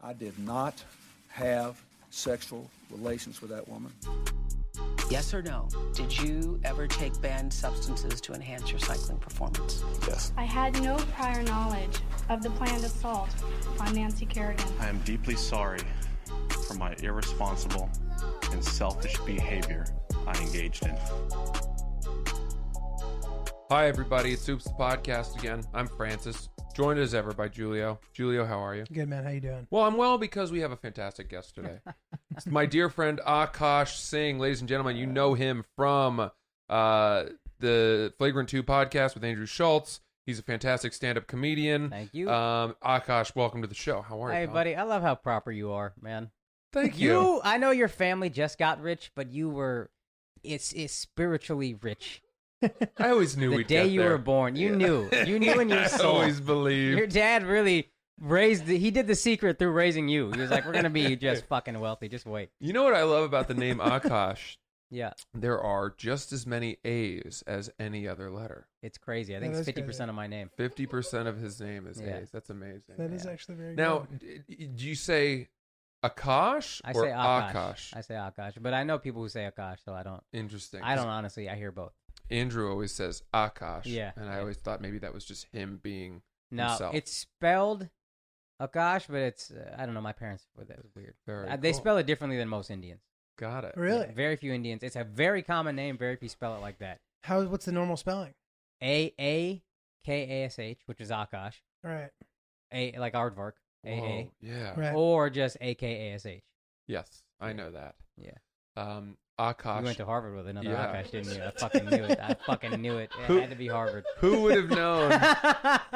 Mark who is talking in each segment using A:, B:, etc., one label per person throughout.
A: I did not have sexual relations with that woman.
B: Yes or no? Did you ever take banned substances to enhance your cycling performance?
C: Yes.
D: I had no prior knowledge of the planned assault on Nancy Kerrigan.
C: I am deeply sorry for my irresponsible and selfish behavior I engaged in.
E: Hi, everybody. It's Oops the Podcast again. I'm Francis, joined as ever by Julio. Julio, how are you?
F: Good man, how you doing?
E: Well, I'm well because we have a fantastic guest today. It's my dear friend Akash Singh. Ladies and gentlemen, you know him from uh, the Flagrant 2 podcast with Andrew Schultz. He's a fantastic stand up comedian.
G: Thank you.
E: Um, Akash, welcome to the show. How are you?
G: Hey,
E: pal?
G: buddy, I love how proper you are, man.
E: Thank you.
G: You, I know your family just got rich, but you were, it's, it's spiritually rich.
E: I always knew
G: The
E: we'd
G: day
E: get
G: you
E: there.
G: were born, you knew, you knew in your
E: I
G: soul.
E: always believed.
G: Your dad really raised, the, he did the secret through raising you. He was like, we're going to be just fucking wealthy. Just wait.
E: You know what I love about the name Akash?
G: Yeah,
E: There are just as many A's as any other letter.
G: it's crazy. I think
F: That
G: it's
F: is crazy.
G: 50% of my name.
E: Fifty percent of his name is
G: Yeah.
E: A's. That's amazing.
F: That is
G: Yeah.
F: actually very
E: now,
F: good.
E: d- d- do you say Akash
G: I
E: or
G: say Akash.
E: Akash?
G: I say Akash, but I know people who say Akash, so I don't,
E: Interesting.
G: I
E: 'cause
G: don't honestly, I hear both.
E: Andrew always says Akash.
G: Yeah.
E: and I always thought maybe that was just him being.
G: No,
E: himself.
G: it's spelled Akash, but it's uh, I don't know. My parents were that was weird.
E: Very
G: Uh, They
E: cool.
G: spell it differently than most Indians.
E: Got it.
F: really?
G: Very few Indians. It's a very common name. Very few spell it like that.
F: How? What's the normal spelling?
G: A A K A S H, which is Akash.
F: All right.
G: A like aardvark. A
E: Whoa, Yeah.
F: Right.
G: A or just A K A S H.
E: Yes, I know that.
G: Yeah,
E: Um,
G: you went
E: Akash.
G: to Harvard with another
E: Yeah.
G: Akash, didn't you? I fucking knew it. I fucking knew it. It
E: Who-
G: had to be Harvard.
E: Who would have known that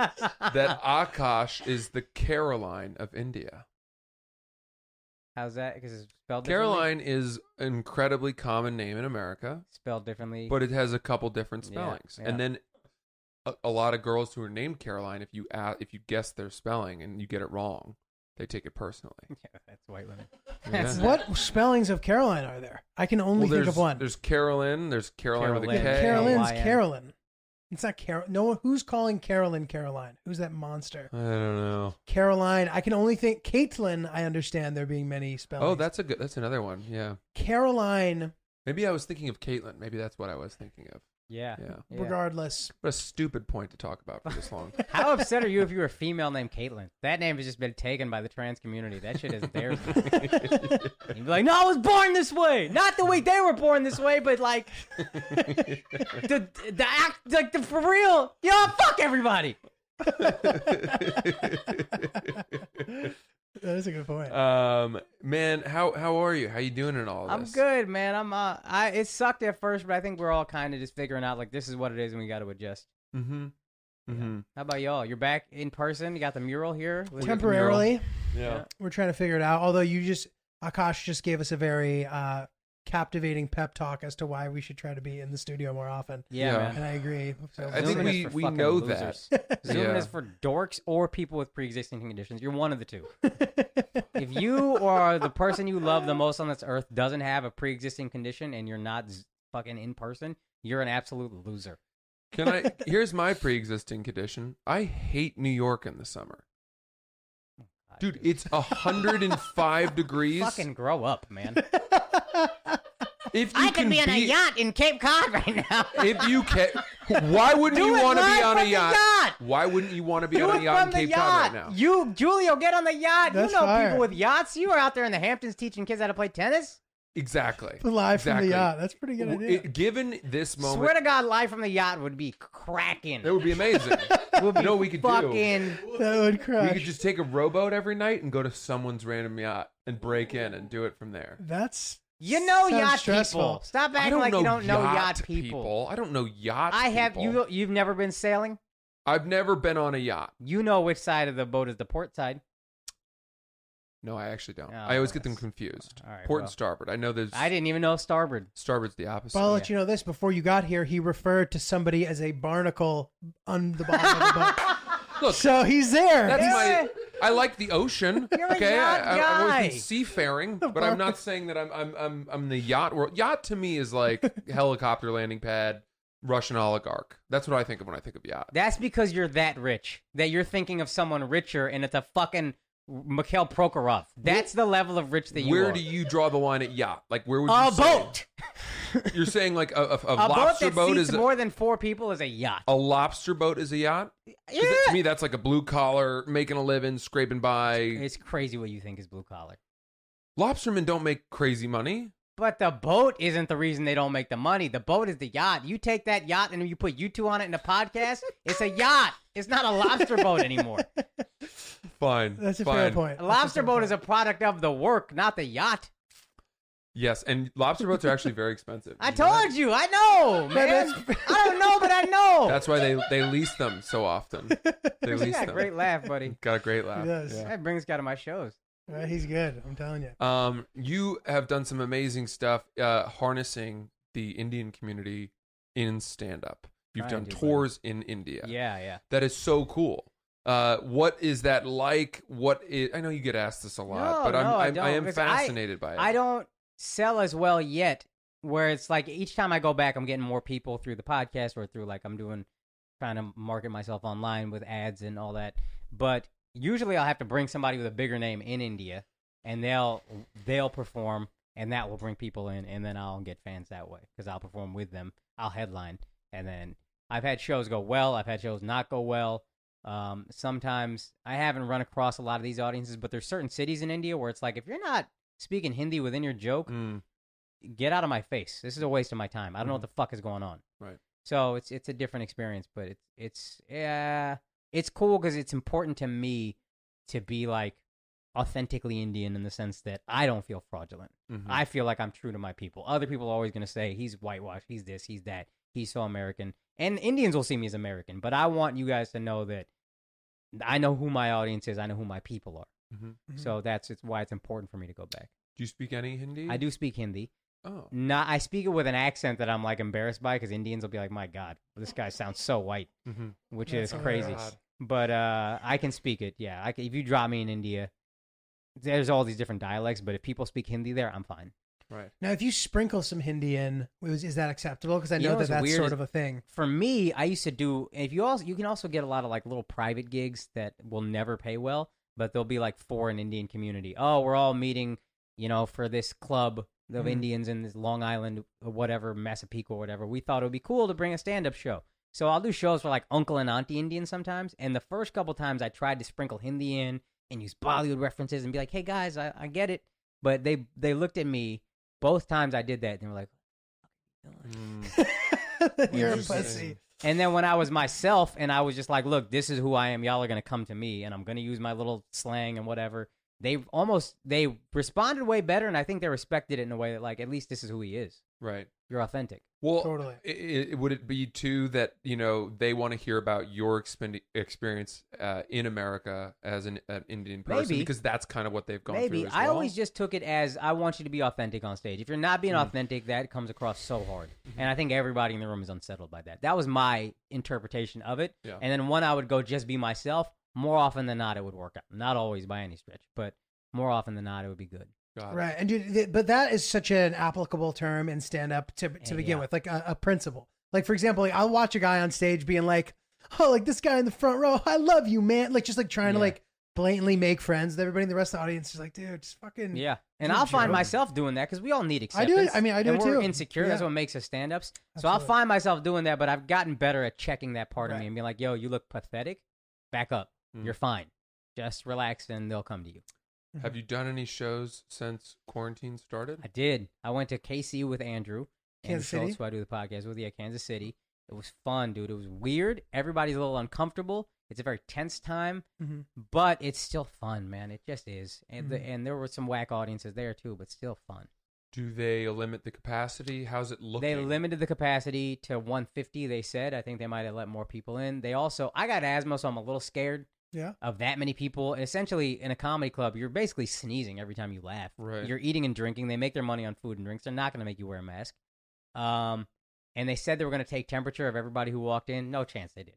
G: that
E: Akash is the Caroline of India?
G: How's that? Because it's spelled differently?
E: Caroline is an incredibly common name in America.
G: spelled differently.
E: but it has a couple different
G: Yeah,
E: spellings.
G: yeah.
E: And then a, a lot of girls who are named Caroline, if you a if you guess their spelling and you get it wrong, they take it personally.
G: Yeah, that's white women.
E: Yeah.
F: What spellings of Caroline are there? I can only
E: Well,
F: think
E: there's,
F: of one.
E: There's Carolyn. There's Caroline with a
G: Carolyn.
E: K.
F: Carolyn's
G: K-A-Y-N.
F: Carolyn. It's not Carol. No one. Who's calling Carolyn Caroline? Who's that monster?
E: I don't know.
F: Caroline. I can only think Caitlin. I understand there being many spellings.
E: Oh, that's a good. That's another one. Yeah.
F: Caroline.
E: Maybe I was thinking of Caitlin. Maybe that's what I was thinking of.
G: Yeah.
E: Yeah.
F: Regardless,
E: What a stupid point to talk about for this long.
G: How upset are you if you were a female named Caitlyn? That name has just been taken by the trans community. That shit is theirs. You'd be like, no, I was born this way. Not the way they were born this way, but like the the act, like the for real. Yo, fuck everybody.
F: that is a good point.
E: um, man, how how are you? How you doing in all
G: I'm
E: this?
G: good, man. I'm uh, I it sucked at first, but I think we're all kind of just figuring out like this is what it is, and we got to adjust.
E: Mm-hmm. Mm-hmm.
G: How about y'all? You're back in person. You got the mural here. with-
F: Temporarily,
E: yeah.
F: we're trying to figure it out. Although you just Akash just gave us a very uh, captivating pep talk as to why we should try to be in the studio more often,
G: Yeah,
E: Yeah.
G: man.
F: and I agree. So
E: I
F: we'll
E: think
F: see.
G: Zoom is
E: we-
G: for
E: we
G: fucking
E: know
G: losers. Zoom
E: Yeah.
G: is for dorks or people with pre-existing conditions. You're one of the two. if you or the person you love the most on this earth doesn't have a pre-existing condition and you're not z- fucking in person, you're an absolute loser.
E: Can I? Here's my pre-existing condition. I hate New York in the summer,
G: I
E: dude.
G: do.
E: It's 105 degrees.
G: fucking grow up, man.
E: if you
G: I could be on a
E: be-
G: yacht in Cape Cod right now.
E: If you can, why wouldn't
G: Do
E: you
G: it
E: want to be
G: live
E: on a
G: from the
E: yacht?
G: yacht!
E: Why wouldn't you want to be
G: Do
E: on a
G: it
E: yacht
G: from
E: in
G: the
E: Cape
G: yacht.
E: Cod right now?
G: You, Julio, get on the yacht.
F: That's
G: you know
F: fire.
G: people with yachts. You were out there in the Hamptons teaching kids how to play tennis.
E: exactly.
F: live
E: exactly.
F: from the yacht. That's a pretty good
E: W-
F: idea.
E: it- given this moment,
G: Swear to God, live from the yacht would be cracking.
E: that would be amazing.
G: We'll be
E: You know what we could do?
G: fucking
F: that would
E: we
F: crush.
E: could just take a rowboat every night and go to someone's random yacht and break in and do it from there.
F: That's
G: You know
F: Sounds
G: yacht
F: stressful.
G: people. Stop
E: I
G: acting
E: don't
G: like
E: know
G: you don't know yacht people.
E: people. I don't know yacht.
G: I have
E: people.
G: you. You've never been sailing.
E: I've never been on a yacht.
G: You know which side of the boat is the port side.
E: No, I actually don't.
G: Oh,
E: I always get them
G: that's-
E: confused.
G: all right,
E: Port and
G: well.
E: starboard. I know there's.
G: I didn't even know starboard.
E: Starboard's the opposite.
F: But I'll let you know this: before you got here, he referred to somebody as a barnacle on the bottom of the boat.
E: Look,
F: So he's there.
E: that's
F: It's-
E: my. I like the ocean.
G: You're a
E: okay,
G: yacht
E: I, I, I've always been
G: guy.
E: seafaring, but I'm not saying that I'm I'm I'm I'm the yacht world. Yacht to me is like helicopter landing pad, Russian oligarch. That's what I think of when I think of yacht.
G: That's because you're that rich that you're thinking of someone richer, and it's a fucking Mikhail Prokhorov. That's the level of rich that you
E: where
G: are.
E: do you draw the line at yacht? Like where would you
G: a
E: say-
G: boat?
E: You're saying like a, a, a
G: A boat
E: lobster
G: that
E: boat
G: seats
E: is a,
G: more than four people is a yacht.
E: a lobster boat is a yacht. 'Cause that- to me, that's like a blue collar making a living, scraping by.
G: It's crazy what you think is blue collar.
E: Lobstermen don't make crazy money.
G: But the boat isn't the reason they don't make the money. The boat is the yacht. You take that yacht and you put you two on it in a podcast. it's a yacht. It's not a lobster boat anymore.
E: Fine,
F: That's a
E: fine.
F: fair point.
G: A lobster boat is a product of the work, not the yacht.
E: Yes, and lobster boats are actually very expensive.
G: I told you. I know, man. I don't know, but I know.
E: That's why they they lease them so often. They
G: you
E: lease
G: got a
E: them.
G: great laugh, buddy.
E: Got a great laugh.
F: He does.
E: Yeah.
G: That brings guy to my shows.
F: Uh, he's good. I'm telling you.
E: Um, you have done some amazing stuff uh, harnessing the Indian community in stand up. You've
G: Trying
E: done
G: to, buddy.
E: tours in India.
G: Yeah, yeah.
E: That is so cool. Uh, what is that like? What is, I know you get asked this a lot,
G: No,
E: but I'm,
G: no, I
E: I'm, I
G: don't,
E: am
G: because I-
E: fascinated by it.
G: I don't sell as well yet. Where it's like each time I go back, I'm getting more people through the podcast or through like I'm doing trying to market myself online with ads and all that. But usually I'll have to bring somebody with a bigger name in India, and they'll they'll perform, and that will bring people in, and then I'll get fans that way because I'll perform with them. I'll headline, and then I've had shows go well. I've had shows not go well. Um, sometimes I haven't run across a lot of these audiences, but there's certain cities in India where it's like if you're not speaking Hindi within your joke,
E: Mm,
G: get out of my face. This is a waste of my time. I don't know what the fuck is going on.
E: Mm-hmm. right.
G: So it's it's a different experience, but it's it's yeah, it's cool because it's important to me to be like authentically Indian in the sense that I don't feel fraudulent.
E: Mhm.
G: I feel like I'm true to my people. Other people are always going to say he's whitewashed, he's this, he's that, he's so American, and Indians will see me as American. But I want you guys to know that I know who my audience is. I know who my people are.
E: Mhm.
G: So that's it's why it's important for me to go back.
E: Do you speak any Hindi?
G: I do speak Hindi.
E: Oh,
G: Not, I speak it with an accent that I'm like embarrassed by because Indians will be like, "My God, this guy sounds so white,"
E: Mhm.
G: which
F: That's
G: is crazy.
E: God.
G: But uh, I can speak it. Yeah, I can, if you drop me in India, there's all these different dialects. But if people speak Hindi there, I'm fine.
E: right.
F: Now, if you sprinkle some Hindi in, was, is that acceptable? Because I
G: You
F: know,
G: know
F: that
G: what's
F: that's
G: weird
F: sort
G: is-
F: of a thing.
G: For me, I used to do. If you also, you can also get a lot of like little private gigs that will never pay well, but they'll be like for an Indian community. Oh, we're all meeting, you know, for this club of
F: Mhm.
G: Indians in this Long Island, uh, whatever, Massapequa, whatever. We thought it would be cool to bring a stand-up show. So I'll do shows for like Uncle and Auntie Indian sometimes. And the first couple times I tried to sprinkle Hindi in and use Bollywood references and be like, "Hey guys, I, I get it," but they they looked at me both times I did that and they were like.
E: Mm.
F: You're a
E: Interesting.
F: pussy.
G: And then when I was myself and I was just like, look, this is who I am. Y'all are going to come to me and I'm going to use my little slang and whatever. They almost they responded way better and I think they respected it in a way that like at least this is who he is.
E: Right.
G: You're authentic.
E: Well,
F: Totally.
E: i- i- would it be too that you know they want to hear about your expen- experience uh, in America as an, an Indian person
G: Maybe.
E: because that's kind of what they've gone
G: Maybe
E: through. as
G: I
E: well?
G: always just took it as I want you to be authentic on stage. If you're not
E: Mm.
G: being authentic, that comes across so hard.
E: Mm-hmm.
G: And I think everybody in the room is unsettled by that. That was my interpretation of it.
E: Yeah.
G: And then when I would go just be myself, more often than not it would work out. Not always by any stretch, but more often than not it would be good.
E: Got it.
F: Right. And dude, th- but that is such an applicable term in stand up to, to
G: Yeah,
F: begin
G: yeah.
F: with, like a, a principle. Like, for example, like, I'll watch a guy on stage being like, oh, like this guy in the front row, I love you, man. Like, just like trying to
G: Yeah.
F: like blatantly make friends with everybody in the rest of the audience is like, dude, just fucking.
G: Yeah, and
F: You're
G: I'll find
F: joking.
G: myself doing that because we all need
F: I do it.
G: acceptance.
F: I mean, I do
G: and
F: it
G: we're
F: too.
G: Insecure. That's
F: Yeah.
G: what makes us stand ups. So I'll
F: Absolutely.
G: find myself doing that, but I've gotten better at checking that part of
F: Right.
G: me and being like, "Yo, you look pathetic. Back up. You're fine. Just relax, and they'll come to you."
F: mm-hmm.
E: Have you done any shows since quarantine started?
G: I did. I went to KC with Andrew.
F: Kansas
G: Andrew
F: City?
G: Schultz, who I do the podcast with. Yeah, Kansas City. It was fun, dude. It was weird. Everybody's a little uncomfortable. It's a very tense time,
F: Mhm.
G: but it's still fun, man. It just is. And the,
F: Mm-hmm.
G: and there were some whack audiences there too, but still fun.
E: Do they limit the capacity? How's it looking?
G: They limited the capacity to 150. They said. I think they might have let more people in. They also. I got asthma, so I'm a little scared
F: Yeah.
G: of that many people. And essentially, in a comedy club, you're basically sneezing every time you laugh.
E: Right.
G: You're eating and drinking. They make their money on food and drinks. They're not going to make you wear a mask. Um, and they said they were going to take temperature of everybody who walked in. No chance they did.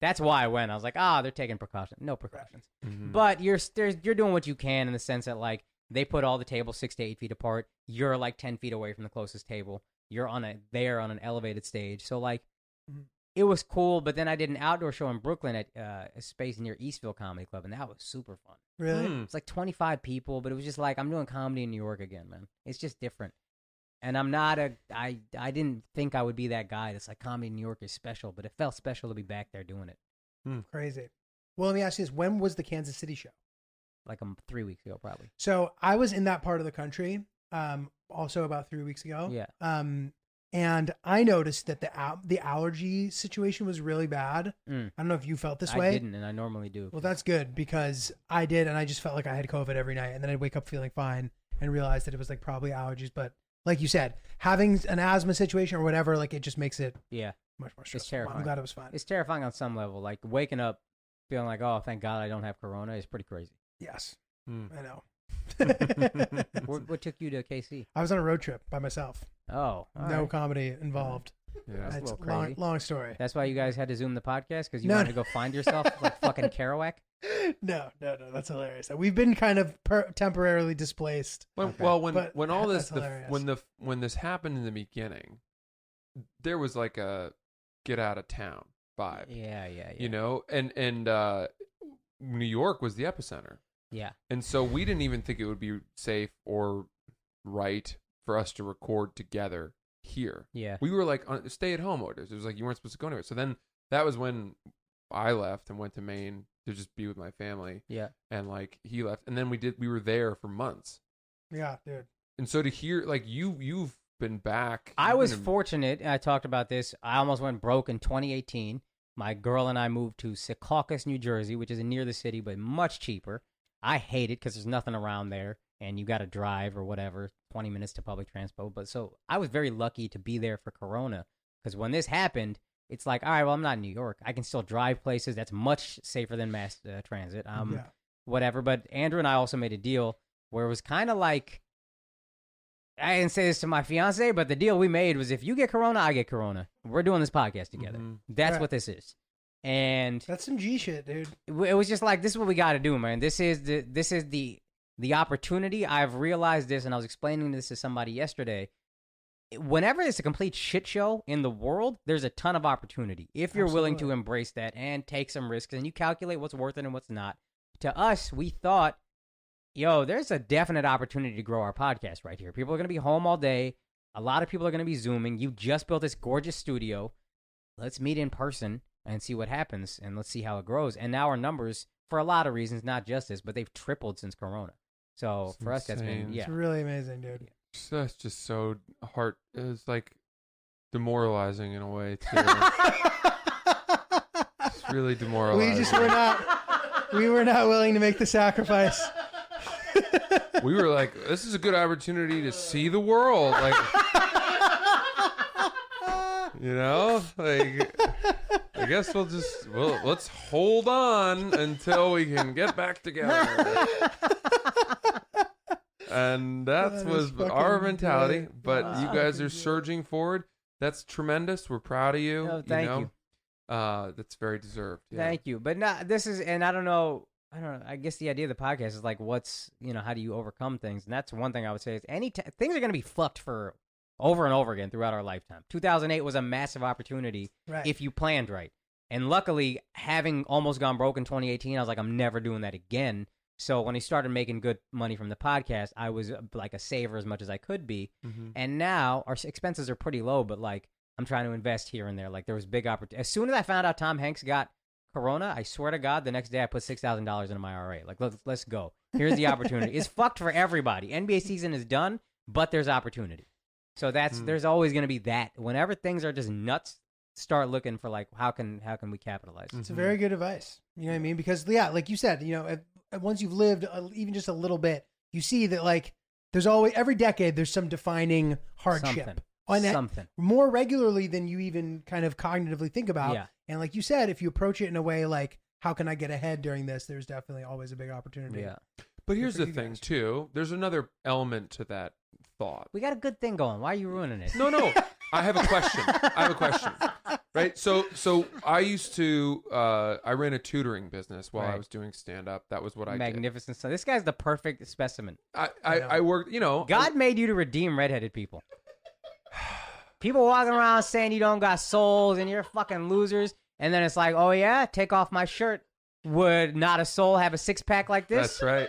G: That's why I went. I was like, ah, they're taking precautions. No precautions.
E: Mhm.
G: But you're there's, you're doing what you can in the sense that like they put all the tables six to eight feet apart. You're like ten feet away from the closest table. You're on a they're on an elevated stage. So like it was cool. But then I did an outdoor show in Brooklyn at uh, a space near Eastville Comedy Club, and that was super fun.
F: Really?
E: Hmm.
G: It's like 25 people, but it was just like I'm doing comedy in New York again, man. It's just different. And I'm not a I I didn't think I would be that guy that's like comedy in New York is special, but it felt special to be back there doing it.
F: Crazy. Well, let me ask you this: When was the Kansas City show?
G: Like um, three weeks ago, probably.
F: So I was in that part of the country, um, also about three weeks ago.
G: Yeah.
F: Um, and I noticed that the al- the allergy situation was really bad.
G: Mm.
F: I don't know if you felt this
G: I
F: way.
G: didn't, and I normally do.
F: Well, that's good because I did, and I just felt like I had COVID every night, and then I'd wake up feeling fine and realize that it was like probably allergies. But like you said, having an asthma situation or whatever, like it just makes it
G: yeah,
F: much more stressful.
G: it's terrifying.
F: I'm glad it was fine.
G: It's terrifying on some level. Like waking up feeling like, oh, thank God I don't have corona is pretty crazy.
F: yes,
E: Hmm.
F: I know.
G: what, what took you to KC?
F: I was on a road trip by myself.
G: Oh, all
F: no
G: right.
F: comedy involved.
E: Yeah.
G: That's a
F: It's
G: little
F: long,
G: crazy.
F: long story.
G: That's why you guys had to zoom the podcast because you
F: No,
G: wanted to
F: no.
G: go find yourself like fucking Kerouac.
F: No, no, no. That's hilarious. We've been kind of per- temporarily displaced.
E: When,
G: Okay.
E: Well, when
F: But
E: when all this
F: that's
E: the,
F: hilarious.
E: when the when this happened in the beginning, there was like a get out of town vibe,
G: Yeah, yeah, yeah.
E: you know, and and uh, New York was the epicenter,
G: Yeah.
E: and so we didn't even think it would be safe or right for us to record together here.
G: Yeah.
E: We were like on stay at home orders. It was like you weren't supposed to go anywhere. So then that was when I left and went to Maine to just be with my family,
G: Yeah.
E: and like he left, and then we did we were there for months.
F: Yeah, dude.
E: And so to hear like you you've been back.
G: I
E: you've
G: was
E: been in-
G: fortunate. and I talked about this. I almost went broke in 2018. My girl and I moved to Secaucus, New Jersey, which is near the city but much cheaper. I hate it because there's nothing around there, and you got to drive or whatever, 20 minutes to public transport. But so I was very lucky to be there for Corona because when this happened, it's like, all right, well, I'm not in New York. I can still drive places. That's much safer than mass uh, transit. Um,
F: yeah.
G: whatever. But Andrew and I also made a deal where it was kind of like I didn't say this to my fiance, but the deal we made was if you get corona, I get corona. We're doing this podcast together.
E: Mhm.
G: That's
F: Right.
G: what this is. And
F: That's some G shit, dude.
G: it w- it was just like this is what we got to do, man. This is the this is the the opportunity. I've realized this, and I was explaining this to somebody yesterday. Whenever it's a complete shit show in the world, there's a ton of opportunity if you're willing to
F: Absolutely.
G: embrace that and take some risks, and you calculate what's worth it and what's not. To us, we thought, yo, there's a definite opportunity to grow our podcast right here. People are gonna be home all day. A lot of people are gonna be zooming. You just built this gorgeous studio let's meet in person and see what happens and let's see how it grows. And now our numbers, for a lot of reasons, not just this, but they've tripled since Corona. So
E: It's
G: for us, that's been,
E: insane.
G: yeah.
F: It's really amazing, dude.
E: So That's just so heart. It's like demoralizing in a way too. it's really demoralizing.
F: We just were not. We were not willing to make the sacrifice.
E: We were like, this is a good opportunity to see the world, like. You know, like I guess we'll just well let's hold on until we can get back together. And that,
F: That
E: was
F: is fucking
E: our mentality.
F: brilliant.
E: But
F: That is
E: you guys
F: fucking
E: are
F: brilliant.
E: surging forward. That's tremendous. We're proud of you.
G: Oh, thank
E: you. Know?
G: you.
E: Uh, that's very deserved. Yeah.
G: Thank you. But not this is, and I don't know. I don't know. I guess the idea of the podcast is like, what's you know, how do you overcome things? And that's one thing I would say is any t- things are going to be fucked for over and over again throughout our lifetime. 2008 was a massive opportunity
F: Right.
G: if you planned right. And luckily, having almost gone broke in 2018, I was like, I'm never doing that again. So when I started making good money from the podcast, I was uh, like a saver as much as I could be. And now our s- expenses are pretty low, but like I'm trying to invest here and there. Like there was big opportunity. As soon as I found out Tom Hanks got Corona, I swear to God, the next day I put six thousand dollars into my IRA. Like let's let's go. Here's the opportunity. it's fucked for everybody. NBA season is done, but there's opportunity. So that's
E: Hmm.
G: there's always going to be that. Whenever things are just nuts, start looking for like how can how can we capitalize?
E: Mm.
F: It's a very good advice. You know what I mean? Because yeah, like you said, you know, if, if once you've lived a, even just a little bit, you see that like there's always every decade there's some defining hardship
G: Something.
F: on that
G: Something.
F: more regularly than you even kind of cognitively think about.
G: Yeah.
F: And like you said, if you approach it in a way like how can I get ahead during this, there's definitely always a big
E: Mm-hmm.
F: opportunity.
G: Yeah.
E: But here's
F: for
E: the
F: you
E: thing,
F: guys.
E: too. There's another element to that thought.
G: We got a good thing going. Why are you ruining it?
E: No, no. I have a question. I have a question. Right. So, so I used to. Uh, I ran a tutoring business while I
G: Right.
E: was doing stand up. That was what I did.
G: Magnificent. So this guy's the perfect specimen.
E: I, I, I worked. You know,
G: God made you to redeem redheaded people. People walking around saying you don't got souls and you're fucking losers, and then it's like, oh yeah, take off my shirt. Would not a soul have a six pack like this?
E: That's right.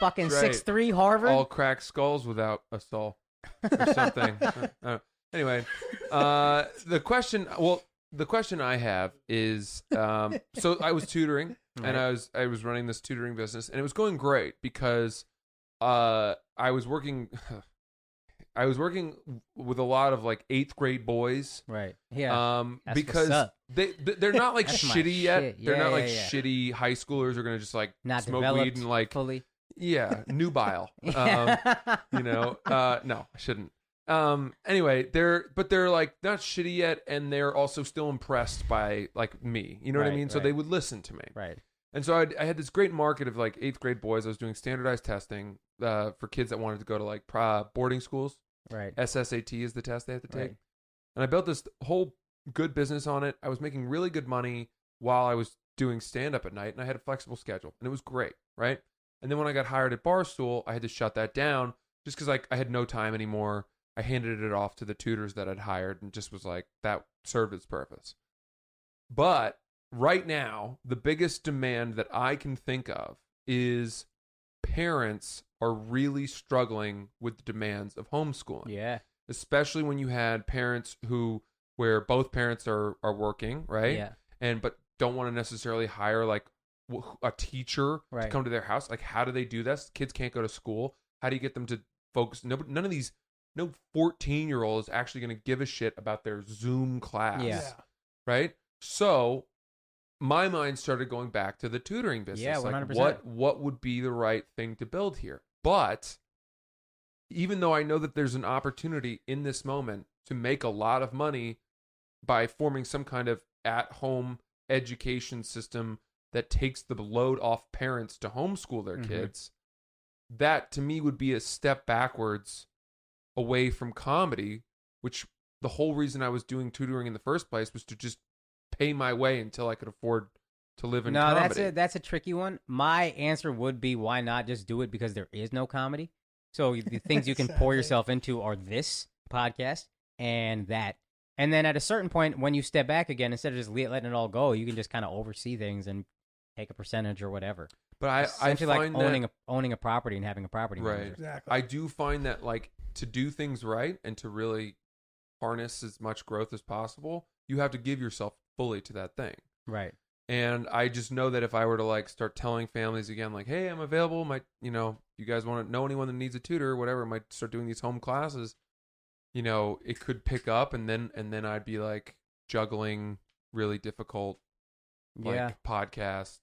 G: Fucking
E: That's right.
G: six three Harvard.
E: All cracked skulls without a soul or something. Uh, anyway, uh, the question. Well, the question I have is. Um, so I was tutoring, and I was I was running this tutoring business, and it was going great because uh, I was working. I was working with a lot of like eighth grade boys.
G: Right. Yeah.
E: Um,
G: That's what's
E: because
G: up.
E: they th- they're not like
G: That's my
E: shitty yet.
G: shit.
E: they're
G: Yeah,
E: not
G: yeah,
E: like
G: yeah.
E: shitty high schoolers who are gonna just like
G: not
E: smoke
G: developed
E: weed and like
G: fully.
E: yeah, nubile. Um, you know, uh, no, I shouldn't. Um, anyway, they're but they're like not shitty yet, and they're also still impressed by like me. You know what I
G: Right,
E: mean? So they
G: right.
E: would listen to me.
G: right.
E: And so I'd, I had this great market of like eighth grade boys. I was doing standardized testing uh, for kids that wanted to go to like pra- boarding schools.
G: Right.
E: SSAT is the test they have to take.
G: Right.
E: And I built this whole good business on it. I was making really good money while I was doing stand up at night and I had a flexible schedule and it was great, right? And then when I got hired at Barstool, I had to shut that down just cuz like I had no time anymore. I handed it off to the tutors that I'd hired and just was like that served its purpose. But right now, the biggest demand that I can think of is parents are really struggling with the demands of homeschooling
G: Yeah.
E: especially when you had parents who where both parents are are working right
G: Yeah.
E: and but don't want to necessarily hire like wh- a teacher to
G: Right.
E: come to their house like how do they do this kids can't go to school how do you get them to focus no, none of these no 14 year old is actually going to give a shit about their zoom class
G: Yeah.
E: right so my mind started going back to the tutoring business
G: Yeah,
E: like
G: 100%.
E: what what would be the right thing to build here but even though I know that there's an opportunity in this moment to make a lot of money by forming some kind of at home education system that takes the load off parents to homeschool their
G: Mhm.
E: kids, that to me would be a step backwards away from comedy, which the whole reason I was doing tutoring in the first place was to just pay my way until I could afford to live in
G: no,
E: comedy.
G: that's a that's a tricky one. My answer would be why not just do it because there is no comedy. So the things you can pour
F: Exactly.
G: yourself into are this podcast and that. And then at a certain point, when you step back again, instead of just le- letting it all go, you can just kind of oversee things and take a percentage or whatever.
E: but I, I
G: Essentially,
E: find
G: like
E: that-
G: owning a owning a property and having a property
E: right
G: manager.
F: Exactly.
E: i do find that like to do things right and to really harness as much growth as possible you have to give yourself fully to that thing
G: Right.
E: and i just know that if i were to like start telling families again like hey i'm available my you know you guys want to know anyone that needs a tutor or whatever might start doing these home classes you know it could pick up and then and then i'd be like juggling really difficult like
G: yeah.
E: podcast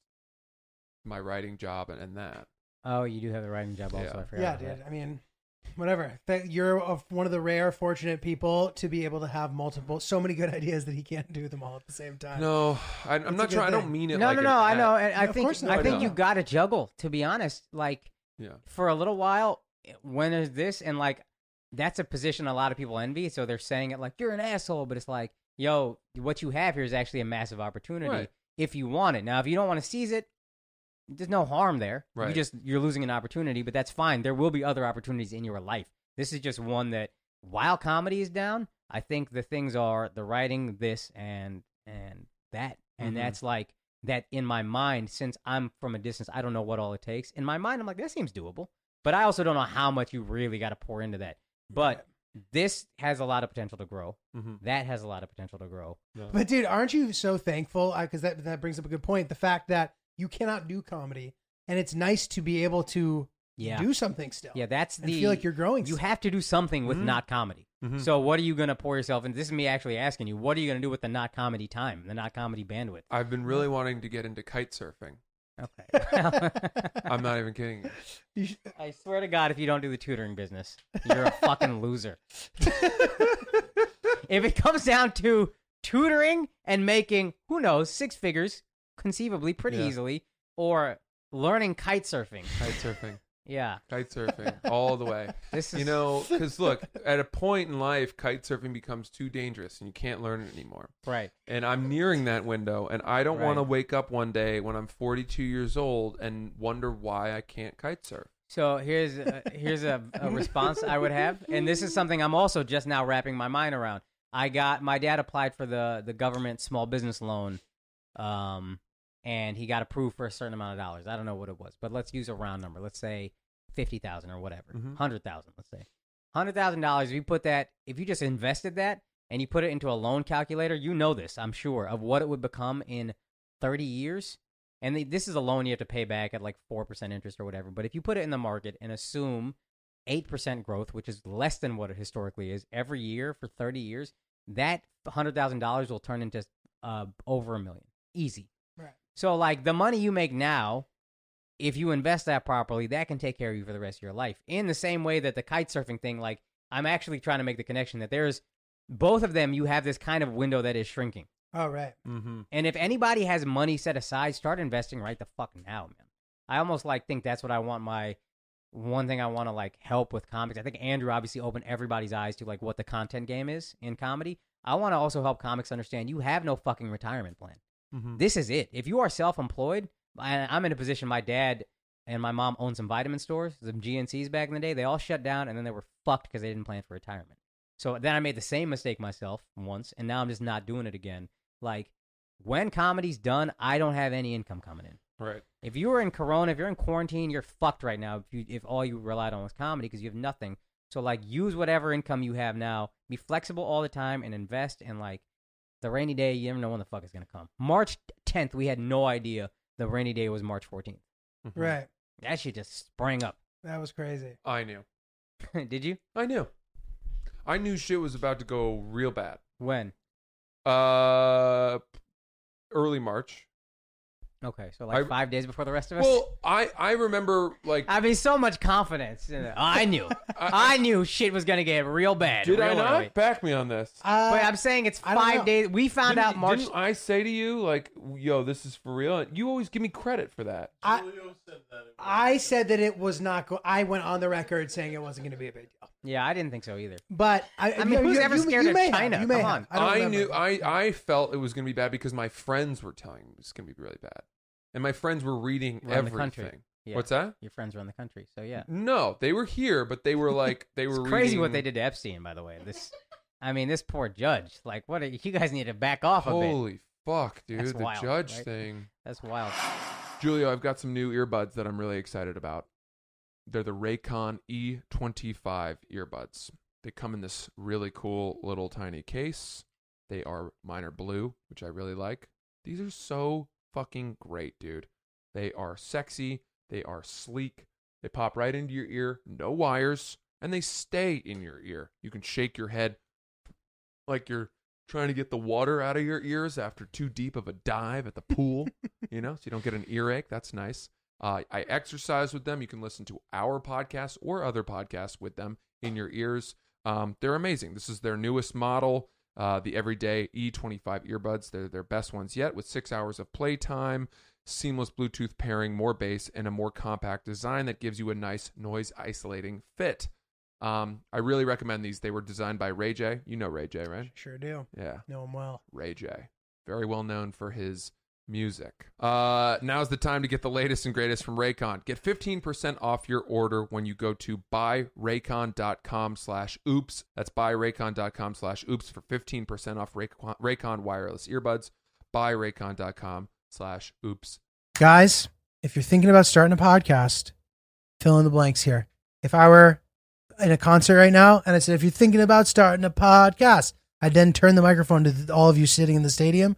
E: my writing job and, and that
G: Oh, you do have the writing job also.
E: Yeah.
G: I forgot.
F: Yeah,
G: about
F: dude.
G: that.
F: I mean, whatever. That you're of one of the rare fortunate people to be able to have multiple, so many good ideas that he can't do them all at the same time.
E: No, I, I'm
F: It's
E: not
F: a good
E: trying. I don't
F: thing.
E: mean it.
G: No,
E: like
G: no,
E: an
G: no. I
E: at-
G: know, and I
F: No, of
G: think
F: course not.
G: I
E: No.
G: think you got to juggle. To be honest, like
E: Yeah,
G: for a little while, eh, when there's this and like that's a position a lot of people envy, so they're saying it like you're an asshole, but it's like, yo, what you have here is actually a massive opportunity
E: Right.
G: if you want it. Now, if you don't want to seize it, there's no harm there. You
E: Right.
G: just you're losing an opportunity, but that's fine. There will be other opportunities in your life. This is just one that while comedy is down, I think the things are the writing, this and and that. And
E: Mhm.
G: that's like that in my mind, since I'm from a distance, I don't know what all it takes. In my mind, I'm like, that seems doable. But I also don't know how much you really gotta pour into that. But this has a lot of potential to grow.
E: Mhm.
G: That has a lot of potential to grow.
F: But dude, aren't you so thankful? Because that that brings up a good point. The fact that you cannot do comedy, and it's nice to be able to
G: Yeah.
F: do something still.
G: Yeah, that's
F: and
G: the
F: feel like you're growing. Mm-hmm.
G: You
F: still.
G: have to do something with
E: Mhm.
G: not comedy.
E: Mhm.
G: So what are you going to pour yourself in? This is me actually asking you. What are you going to do with the not comedy time, the not comedy bandwidth?
E: I've been really wanting to get into kite surfing.
G: Okay.
E: I'm not even kidding. you.
F: You should-
G: I swear to God, if you don't do the tutoring business, you're a fucking loser. if it comes down to tutoring and making, who knows, six figures, conceivably pretty
E: Yeah.
G: easily, or learning kite surfing.
E: Kite surfing,
G: Yeah.
E: kite surfing, all the way.
G: This is
E: You know, because look, at a point in life, kite surfing becomes too dangerous, and you can't learn it anymore.
G: right.
E: And I'm nearing that window, and I don't want to
G: Right.
E: wake up one day when I'm 42 years old and wonder why I can't kite surf.
G: So here's a, here's a, a response I would have, and this is something I'm also just now wrapping my mind around. I got my dad applied for the the government small business loan, um, and he got approved for a certain amount of dollars. I don't know what it was, but let's use a round number. Let's say fifty thousand or whatever, hundred thousand. Let's say hundred thousand dollars. If you put that, if you just invested that and you put it into a loan calculator, you know this, I'm sure, of what it would become in thirty years. And the, this is a loan you have to pay back at like four percent interest or whatever. But if you put it in the market and assume 8% growth, which is less than what it historically is every year for 30 years, that $100,000 will turn into uh, over a million. Easy.
F: Right.
G: So, like the money you make now, if you invest that properly, that can take care of you for the rest of your life. In the same way that the kite surfing thing, like I'm actually trying to make the connection that there's both of them, you have this kind of window that is shrinking.
F: Oh, right.
E: Mm-hmm.
G: And if anybody has money set aside, start investing right the fuck now, man. I almost like think that's what I want my one thing I want to like help with comics. I think Andrew obviously opened everybody's eyes to like what the content game is in comedy. I want to also help comics understand you have no fucking retirement plan. This is it. If you are self-employed, I, I'm in a position. My dad and my mom owned some vitamin stores, some GNCs back in the day. They all shut down, and then they were fucked because they didn't plan for retirement. So then I made the same mistake myself once, and now I'm just not doing it again. Like when comedy's done, I don't have any income coming in.
E: Right.
G: If you were in Corona, if you're in quarantine, you're fucked right now. If you if all you relied on was comedy because you have nothing. So like, use whatever income you have now. Be flexible all the time and invest. And like, the rainy day, you never know when the fuck is gonna come. March 10th, we had no idea the rainy day was March 14th. Mm-hmm.
F: Right.
G: That shit just sprang up.
F: That was crazy.
E: I knew.
G: Did you?
E: I knew. I knew shit was about to go real bad.
G: When?
E: Uh, early March.
G: Okay, so like
E: I-
G: five days before the rest of us.
E: Well, I I remember like
G: I mean, so much confidence. In it. I knew. I, knew shit was gonna get real bad.
E: did I
G: real
E: not
G: early.
E: back me on this?
F: Uh,
G: But I'm saying it's
F: I don't
G: five
F: know.
G: days. We found
E: Didn't-
G: out March.
E: Didn't I say to you like, yo, this is for real? You always give me credit for that.
F: I, I said that it was not. Go- I went on the record saying it wasn't going to be a big deal.
G: Yeah, I didn't think so either.
F: But I,
G: I mean, who's ever scared of
F: may have,
G: China?
F: you may
G: Come
F: have.
G: on.
F: don't
E: I,
F: remember.
E: knew I, I felt it was going to be bad because my friends were telling me it was going to be really bad, and my friends were reading
G: Around the country.
E: everything.
G: Yeah.
E: What's that?
G: Your friends run the country, so yeah.
E: No, they were here, but they were like they were
G: It's crazy what
E: reading-
G: they did to Epstein, by the way. This, I mean, this poor judge. Like, what? Are, you guys need to back off a bit.
E: Holy fuck, dude!
G: That's
E: the
G: wild,
E: judge
G: right?
E: thing,
G: That's wild.
E: Julio. I've got some new earbuds that I'm really excited about. They're the Raycon E25 earbuds. They come in this really cool little tiny case. They are minor blue, which I really like. These are so fucking great, dude. They are sexy. They are sleek. They pop right into your ear, no wires, and they stay in your ear. You can shake your head like you're trying to get the water out of your ears after too deep of a dive at the pool, you know, so you don't get an earache. That's nice. Uh, I exercise with them. You can listen to our podcast or other podcasts with them in your ears. Um, they're amazing. This is their newest model, uh, the Everyday E25 earbuds. They're their best ones yet with six hours of playtime, seamless Bluetooth pairing, more bass, and a more compact design that gives you a nice noise isolating fit. Um, I really recommend these. They were designed by Ray J. You know Ray J, right?
F: Sure do.
E: Yeah.
F: Know him well.
E: Ray J. Very well known for his music. Uh, now's the time to get the latest and greatest from Raycon. Get 15% off your order when you go to buyraycon.com slash oops. That's buyraycon.com slash oops for 15% off Raycon, Raycon wireless earbuds. Buyraycon.com slash oops.
F: Guys, if you're thinking about starting a podcast, fill in the blanks here. If I were in a concert right now and I said, if you're thinking about starting a podcast, I'd then turn the microphone to th- all of you sitting in the stadium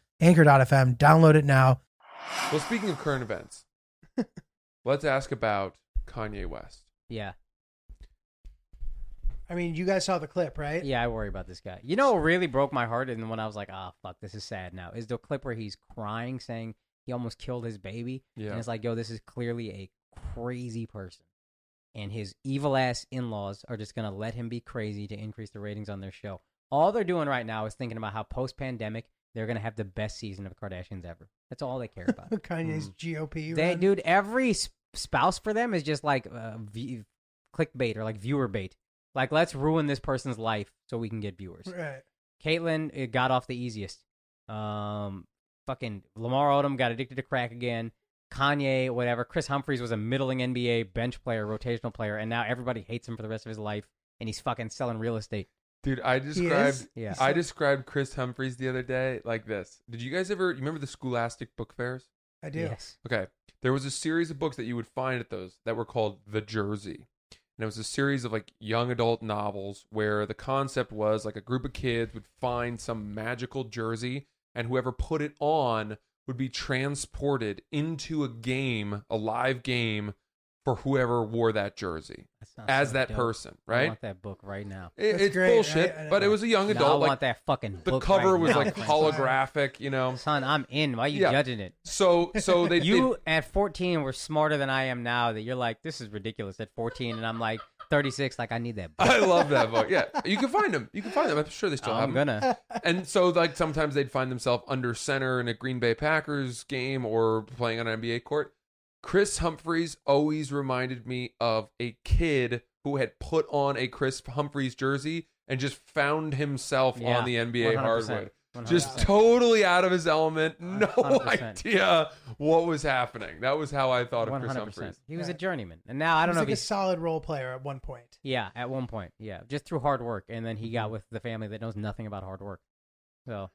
F: anchor.fm, download it now.
E: Well, speaking of current events, let's ask about Kanye West.
G: Yeah,
F: I mean, you guys saw the clip, right?
G: yeah. I worry about this guy. You know, what really broke my heart, and when I was like, "Ah, fuck, this is sad." Now is the clip where he's crying, saying he almost killed his baby,
E: Yeah.
G: and it's like, "Yo, this is clearly a crazy person." And his evil ass in laws are just gonna let him be crazy to increase the ratings on their show. All they're doing right now is thinking about how post pandemic they're gonna have the best season of Kardashians ever. That's all they care about.
F: Kanye's GOP.
G: Mm. they,
F: run.
G: dude, every sp- spouse for them is just like uh, v- clickbait or like viewer bait. Like, let's ruin this person's life so we can get viewers.
F: Right.
G: Caitlyn it got off the easiest. Um, fucking Lamar Odom got addicted to crack again. Kanye, whatever. Chris Humphries was a middling NBA bench player, rotational player, and now everybody hates him for the rest of his life. And he's fucking selling real estate.
E: Dude, I described
G: Yeah.
E: I described Chris Humphreys the other day like this. Did you guys ever you remember the Scholastic book fairs?
F: I do.
G: Yes.
E: Okay. There was a series of books that you would find at those that were called The Jersey. And it was a series of like young adult novels where the concept was like a group of kids would find some magical jersey and whoever put it on would be transported into a game, a live game for whoever wore that jersey
G: That sounds
E: as
G: so
E: that
G: dope.
E: person,
G: I
E: right?
G: want that book right now.
E: It-
F: That's
E: it's
F: great.
E: bullshit,
F: I- I-
E: but it was a young
G: No,
E: adult.
G: I
E: like
G: want that fucking
E: the
G: book
E: cover
G: right
E: was
G: now,
E: like
G: Frank.
E: holographic, you know.
G: Son, I'm in. Why are you
E: Yeah.
G: judging it?
E: So so they
G: You
E: did-
G: at 14 were smarter than I am now. That you're like, this is ridiculous at 14, and I'm like 36. Like I need that book.
E: I love that book. Yeah, you can find them. You can find them. I'm sure they still have
G: I'm
E: them.
G: gonna.
E: And so like sometimes they'd find themselves under center in a Green Bay Packers game or playing on an NBA court. Chris Humphreys always reminded me of a kid who had put on a Chris Humphreys jersey and just found himself
G: Yeah,
E: on the NBA
G: 100%,
E: hardwood.
G: 100%.
E: Just totally out of his element. No
G: 100%.
E: idea what was happening. That was how I thought of Chris
G: 100%.
E: Humphreys.
G: He was a
F: Right.
G: journeyman, and now I
F: He
G: don't
F: was
G: know
F: like
G: if
F: a
G: he's.
F: solid role player at one point.
G: Yeah, at one point, yeah, just through hard work, and then he got
E: Mm-hmm.
G: with the family that knows nothing about hard work. So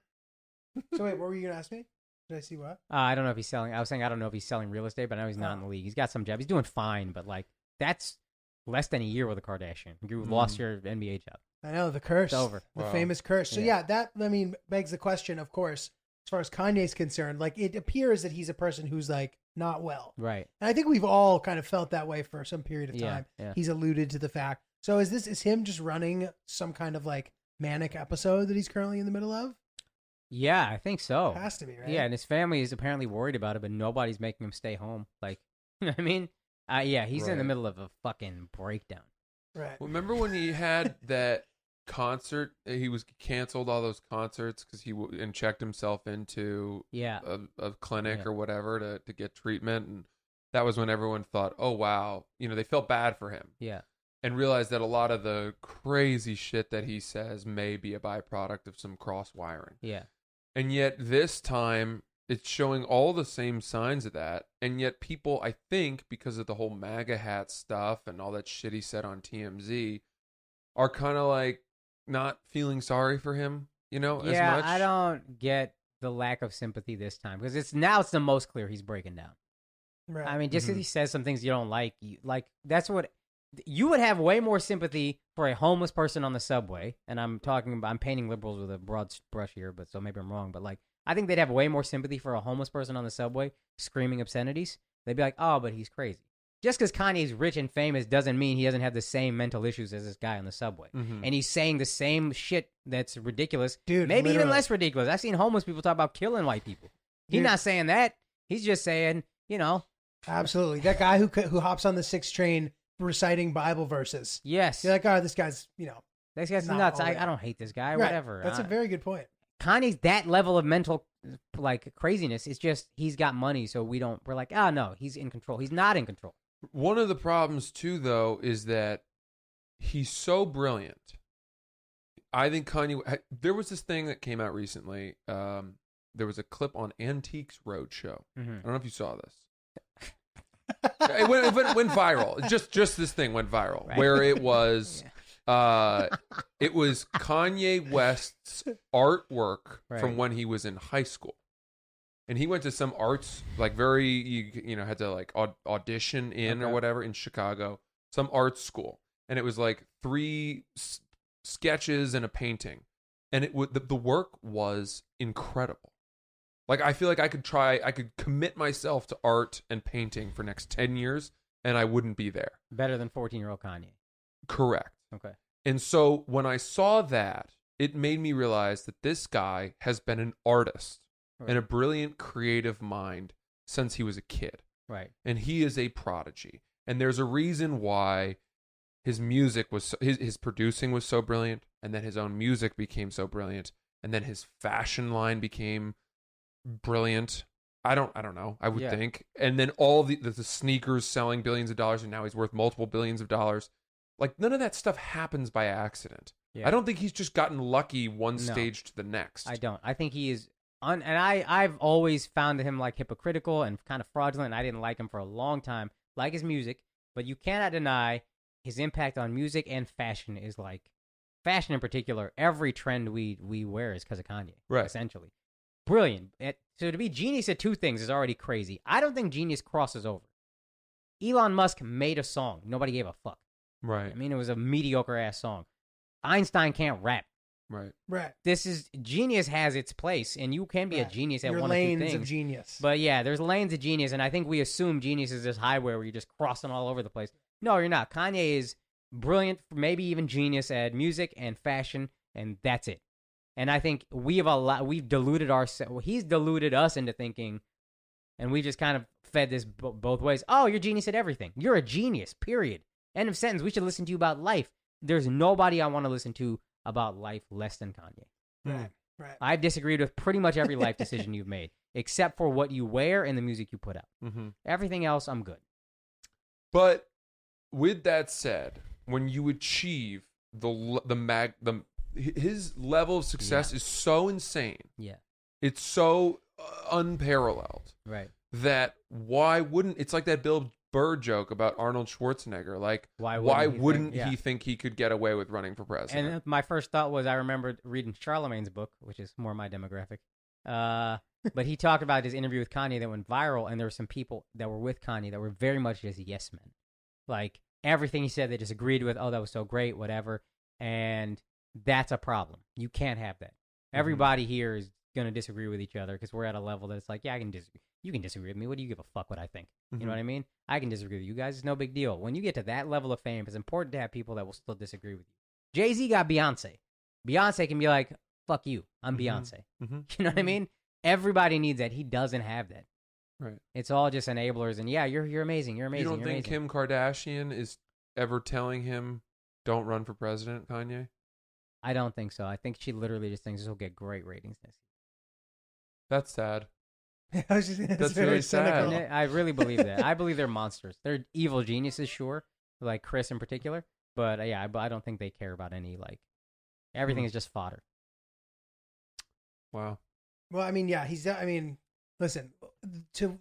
F: So wait, what were you gonna ask me? Did I see what?
G: uh, I don't know if he's selling. I was saying I don't know if he's selling real estate, but I know he's not in the league. He's got some job. He's doing fine, but like that's less than a year with a Kardashian. You
E: Mm-hmm.
G: lost your NBA job.
F: I know the curse.
G: It's over.
F: The
E: Wow.
F: famous curse. So
G: Yeah.
F: yeah. that I mean begs the question, of course, as far as Kanye's concerned. Like it appears that he's a person who's like not well,
G: Right.
F: and I think we've all kind of felt that way for some period of
G: Yeah,
F: time.
G: yeah.
F: He's alluded to the fact. So is this is him just running some kind of like manic episode that he's currently in the middle of?
G: Yeah, I think so.
F: Has to be right.
G: Yeah, and his family is apparently worried about it, but nobody's making him stay home. Like, you know what I mean? Uh, yeah, he's in the
E: Right.
G: middle of a fucking breakdown.
F: right.
E: Remember when he had that concert? He was canceled all those concerts because he w- and checked himself into
G: Yeah.
E: a, a clinic
G: Yeah.
E: or whatever to, to get treatment, and that was when everyone thought, "Oh wow," you know, they felt bad for him
G: Yeah.
E: and realized that a lot of the crazy shit that he says may be a byproduct of some cross wiring.
G: Yeah.
E: And yet this time it's showing all the same signs of that. And yet people, I think, because of the whole MAGA hat stuff and all that shit he said on TMZ, are kind of like not feeling sorry for him, you know, Oh,
G: yeah,
E: as much.
G: I don't get the lack of sympathy this time because it's now it's the most clear he's breaking down.
F: Right.
G: I mean, just 'cause
E: Mhm.
G: he says some things you don't like, you, like that's what you would have way more sympathy for a homeless person on the subway. And I'm talking about I'm painting liberals with a broad s- brush here, but so maybe I'm wrong. But like, I think they'd have way more sympathy for a homeless person on the subway screaming obscenities. They'd be like, "Oh, but he's crazy." Just because Kanye's rich and famous doesn't mean he doesn't have the same mental issues as this guy on the subway,
E: Mhm.
G: and he's saying the same shit that's ridiculous.
F: Dude,
G: maybe even
F: literally.
G: less ridiculous. I've seen homeless people talk about killing white people. He's
F: Dude.
G: not saying that. He's just saying, you know,
F: Absolutely. That guy who who hops on the six train reciting Bible verses.
G: Yes.
F: You're like, oh, this guy's, you know,
G: this guy's
F: not
G: nuts.
F: all
G: I,
F: that.
G: I don't hate this guy.
F: Right.
G: Whatever.
F: That's a
G: I-
F: very good point.
G: Kanye's that level of mental like craziness. It's just he's got money, so we don't. We're like, oh no, he's in control. He's not in control.
E: One of the problems too, though, is that he's so brilliant. I think Kanye. There was this thing that came out recently. Um, there was a clip on Antiques Roadshow.
G: Mm-hmm.
F: Mm-hmm.
E: I don't know if you saw this. it, went, it went- went viral. Just just this thing went viral,
G: Right.
E: where it was, uh, it was Kanye West's artwork
G: Right.
E: from when he was in high school, and he went to some arts like very you, you know had to like au- audition in or
G: Okay.
E: whatever in Chicago, some art school, and it was like three s- sketches and a painting, and it would the, the work was incredible. Like I feel like I could try, I could commit myself to art and painting for next ten years, and I wouldn't be there.
G: Better than fourteen year old Kanye.
E: Correct.
G: Okay.
E: And so when I saw that, it made me realize that this guy has been an artist and a brilliant creative mind since he was a kid,
G: Right.
E: and he is a prodigy. And there's a reason why his music was so, his his producing was so brilliant, and then his own music became so brilliant. and then his fashion line became brilliant. I don't I don't know. I would
G: Yeah.
E: think. And then all the, the the sneakers selling billions of dollars and now he's worth multiple billions of dollars. Like none of that stuff happens by accident.
G: Yeah.
E: I don't think he's just gotten lucky one
G: No.
E: stage to the next.
G: I don't. I think he is un and I I've always found him like hypocritical and kind of fraudulent. and I didn't like him for a long time. Like his music, but you cannot deny his impact on music and fashion is like fashion in particular. Every trend we we wear is because of Kanye,
E: Right.
G: Essentially, brilliant. It- so to be genius at two things is already crazy. I don't think genius crosses over. Elon Musk made a song. Nobody gave a fuck.
E: Right.
G: I mean, it was a mediocre ass song. Einstein can't rap
E: right.
F: Right.
G: this is genius has its place, and you can be a genius at
F: Your
G: one
F: lanes
G: or two things.
F: of genius.
G: But yeah, there's lanes of genius, and I think we assume genius is this highway where you're just crossing all over the place. No, you're not. Kanye is brilliant, maybe even genius at music and fashion, and that's it. And I think we have a lot. We've deluded ourselves. Well, he's deluded us into thinking, and we just kind of fed this b- both ways. Oh, you're genius at everything. You're a genius. Period. End of sentence. We should listen to you about life. There's nobody I want to listen to about life less than Kanye.
F: right. Right.
G: I've disagreed with pretty much every life decision you've made, except for what you wear and the music you put out.
E: Mm-hmm.
G: Everything else, I'm good.
E: But with that said, when you achieve the l- the mag the his level of success is so insane,
G: Yeah.
E: it's so uh, unparalleled
G: Right.
E: that why wouldn't it's like that Bill Burr joke about Arnold Schwarzenegger? Like
G: Why wouldn't
E: why
G: he think-
E: wouldn't
G: yeah.
E: he think he could get away with running for president?
G: And uh, my first thought was I remembered reading Charlemagne's book, which is more my demographic. Uh, but he talked about his interview with Kanye that went viral, and there were some people that were with Kanye that were very much just yes men. Like everything he said, they just agreed with, oh, that was so great, whatever. And that's a problem. You can't have that. Everybody here is going to disagree with each other because we're at a level that it's like, yeah, I can disagree. You can disagree with me. What do you give a fuck what I think? You know what I mean? I can disagree with you guys. It's no big deal. When you get to that level of fame, it's important to have people that will still disagree with you. Jay Z got Beyonce. Beyonce can be like, fuck you. I'm
E: Mhm.
G: Beyonce.
E: mm-hmm.
G: You know what I mean? Everybody needs that. He doesn't have that.
E: Right.
G: It's all just enablers. And yeah, you're, you're amazing. You're amazing.
E: you don't
G: you're
E: think Kim
G: amazing.
E: Kardashian is ever telling him, "Don't run for president, Kanye"?
G: I don't think so. I think she literally just thinks this will get great ratings next
E: That's sad.
F: I was just gonna
E: That's
F: say,
E: really
F: it's cynical.
E: sad.
G: And I I really believe that. I believe they're monsters. They're evil geniuses, sure, like Chris in particular. But uh, yeah, I, but I don't think they care about any like everything
E: Hmm.
G: is just fodder.
E: Wow.
F: Well, I mean, yeah, he's. de- I mean, listen, to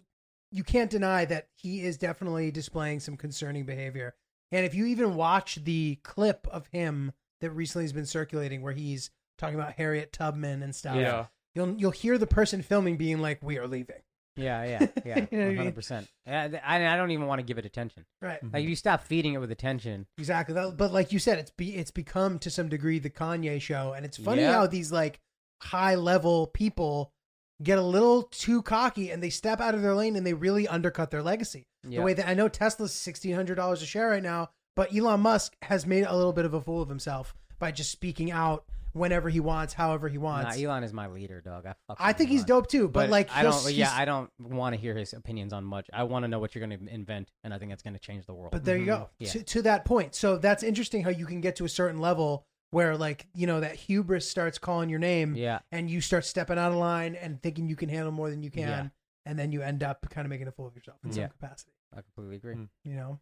F: you can't deny that he is definitely displaying some concerning behavior. And if you even watch the clip of him that recently has been circulating, where he's talking about Harriet Tubman and stuff,
E: Yeah.
F: you'll you'll hear the person filming being like, "We are leaving."
G: Yeah, yeah, yeah,
F: You know what I mean?
G: one hundred percent. I I don't even want to give it attention.
F: Right.
E: Mm-hmm.
G: Like if you stop feeding it with attention,
F: Exactly. That, but like you said, it's be, it's become to some degree the Kanye show, and it's funny
G: Yeah.
F: how these like high level people get a little too cocky and they step out of their lane and they really undercut their legacy.
G: Yeah.
F: The way that I know Tesla's sixteen hundred dollars a share right now, but Elon Musk has made a little bit of a fool of himself by just speaking out whenever he wants, however he
G: nah,
F: wants.
G: Elon is my leader, dog. I, fucking
F: I think he's
G: Elon.
F: dope too, but, like
G: I
F: he'll-
G: don't.
F: he's-
G: Yeah, I don't want to hear his opinions on much. I want to know what you're going to invent, and I think that's going to change the world.
F: But there you go.
G: Yeah.
F: To, to that point. So that's interesting how you can get to a certain level where like, you know, that hubris starts calling your name
G: Yeah.
F: and you start stepping out of line and thinking you can handle more than you can.
G: Yeah.
F: And then you end up kind of making a fool of yourself in
G: Yeah.
F: some capacity.
G: I completely agree.
E: Hmm.
F: You know,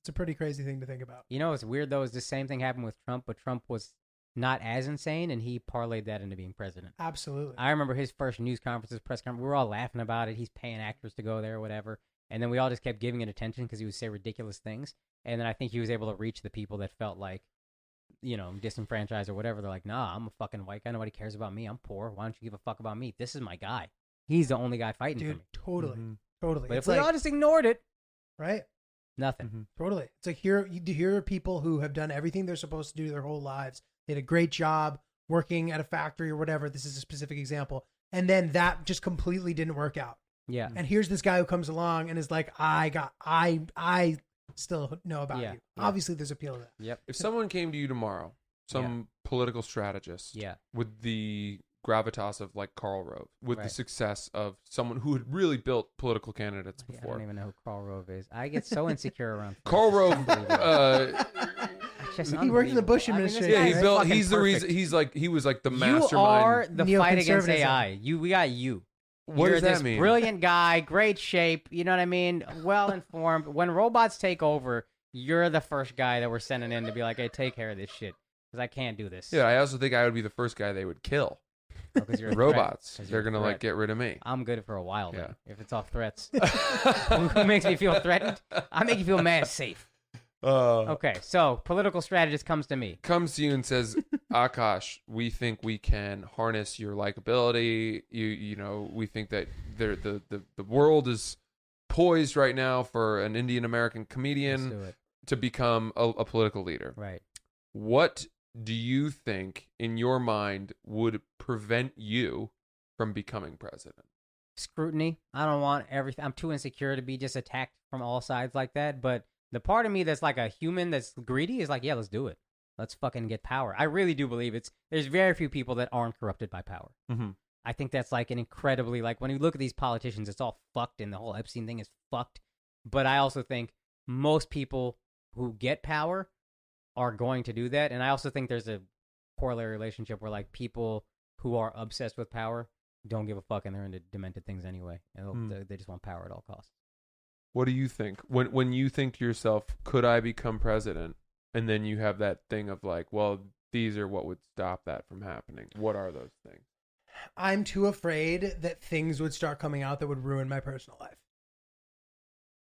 F: it's a pretty crazy thing to think about.
G: You know, it's weird though. Is the same thing happened with Trump, but Trump was not as insane, and he parlayed that into being president.
F: Absolutely.
G: I remember his first news conferences, press conference. We were all laughing about it. He's paying actors to go there, whatever. And then we all just kept giving it attention because he would say ridiculous things. And then I think he was able to reach the people that felt like, you know, disenfranchised or whatever. They're like, nah, I'm a fucking white guy. Nobody cares about me. I'm poor. Why don't you give a fuck about me? This is my guy. He's the only guy fighting for
F: Dude,
G: me.
F: totally.
E: Mhm.
F: Totally.
G: But if
F: It's
G: we
F: like, Mm-hmm.
G: all just ignored it,
F: right?
G: nothing.
E: Mhm.
F: Totally. It's like here you do- here are people who have done everything they're supposed to do their whole lives. They had a great job working at a factory or whatever. This is a specific example. And then that just completely didn't work out.
G: Yeah.
F: And here's this guy who comes along and is like, I got I I still know about
G: Yeah,
F: you.
G: yeah.
F: Obviously there's appeal to that.
G: Yep.
E: If someone came to you tomorrow, some political strategist,
G: Yeah.
E: with the gravitas of like Karl Rove, with the
G: Right.
E: success of someone who had really built political candidates
G: Oh, Yeah, I don't
E: before.
G: even know who Karl Rove is. I get so insecure around
E: Karl Rove
G: Unbelievable.
E: uh,
G: just
F: He worked in the Bush
G: unbelievable. I mean, this
F: administration,
E: Yeah,
G: guy
E: he
G: is
F: That's
E: built.
G: fucking
E: He's the
G: perfect.
E: reason. He's like he was like the
G: You
E: mastermind.
G: are the fight against
F: Neoconservatism.
G: AI. You, we got you.
E: What
G: You're
E: does that
G: this
E: mean?
G: Brilliant guy, great shape. You know what I mean? Well informed. when robots take over, you're the first guy that we're sending in to be like, "Hey, take care of this shit because I can't do this."
E: Yeah, I also think I would be the first guy they would kill.
G: because you're a threat.
E: Robots.
G: 'Cause
E: They're
G: you're a
E: gonna like
G: threat.
E: get rid of me.
G: I'm good for a while.
E: Yeah.
G: Then, if it's all threats, who makes me feel threatened? I make you feel mad safe.
E: Uh,
G: Okay, so political strategist comes to me.
E: Comes to you and says, "Akash, we think we can harness your likability. You, you know, we think that there, the, the the world is poised right now for an Indian American
G: Let's
E: comedian
G: do it.
E: to become a, a political leader.
G: Right.
E: what do you think in your mind would prevent you from becoming president?
G: scrutiny. I don't want everything. I'm too insecure to be just attacked from all sides like that. But the part of me that's like a human that's greedy is like, yeah, let's do it. Let's fucking get power. I really do believe it's there's very few people that aren't corrupted by power.
E: Mm-hmm.
G: I think that's like an incredibly like when you look at these politicians, it's all fucked, and the whole Epstein thing is fucked. But I also think most people who get power are going to do that, and I also think there's a corollary relationship where like people who are obsessed with power don't give a fuck and they're into demented things anyway, and they'll-
E: Hmm.
G: they, they just want power at all costs.
E: What do you think when when you think to yourself, could I become president? And then you have that thing of like, well, these are what would stop that from happening. What are those things?
F: I'm too afraid that things would start coming out that would ruin my personal life.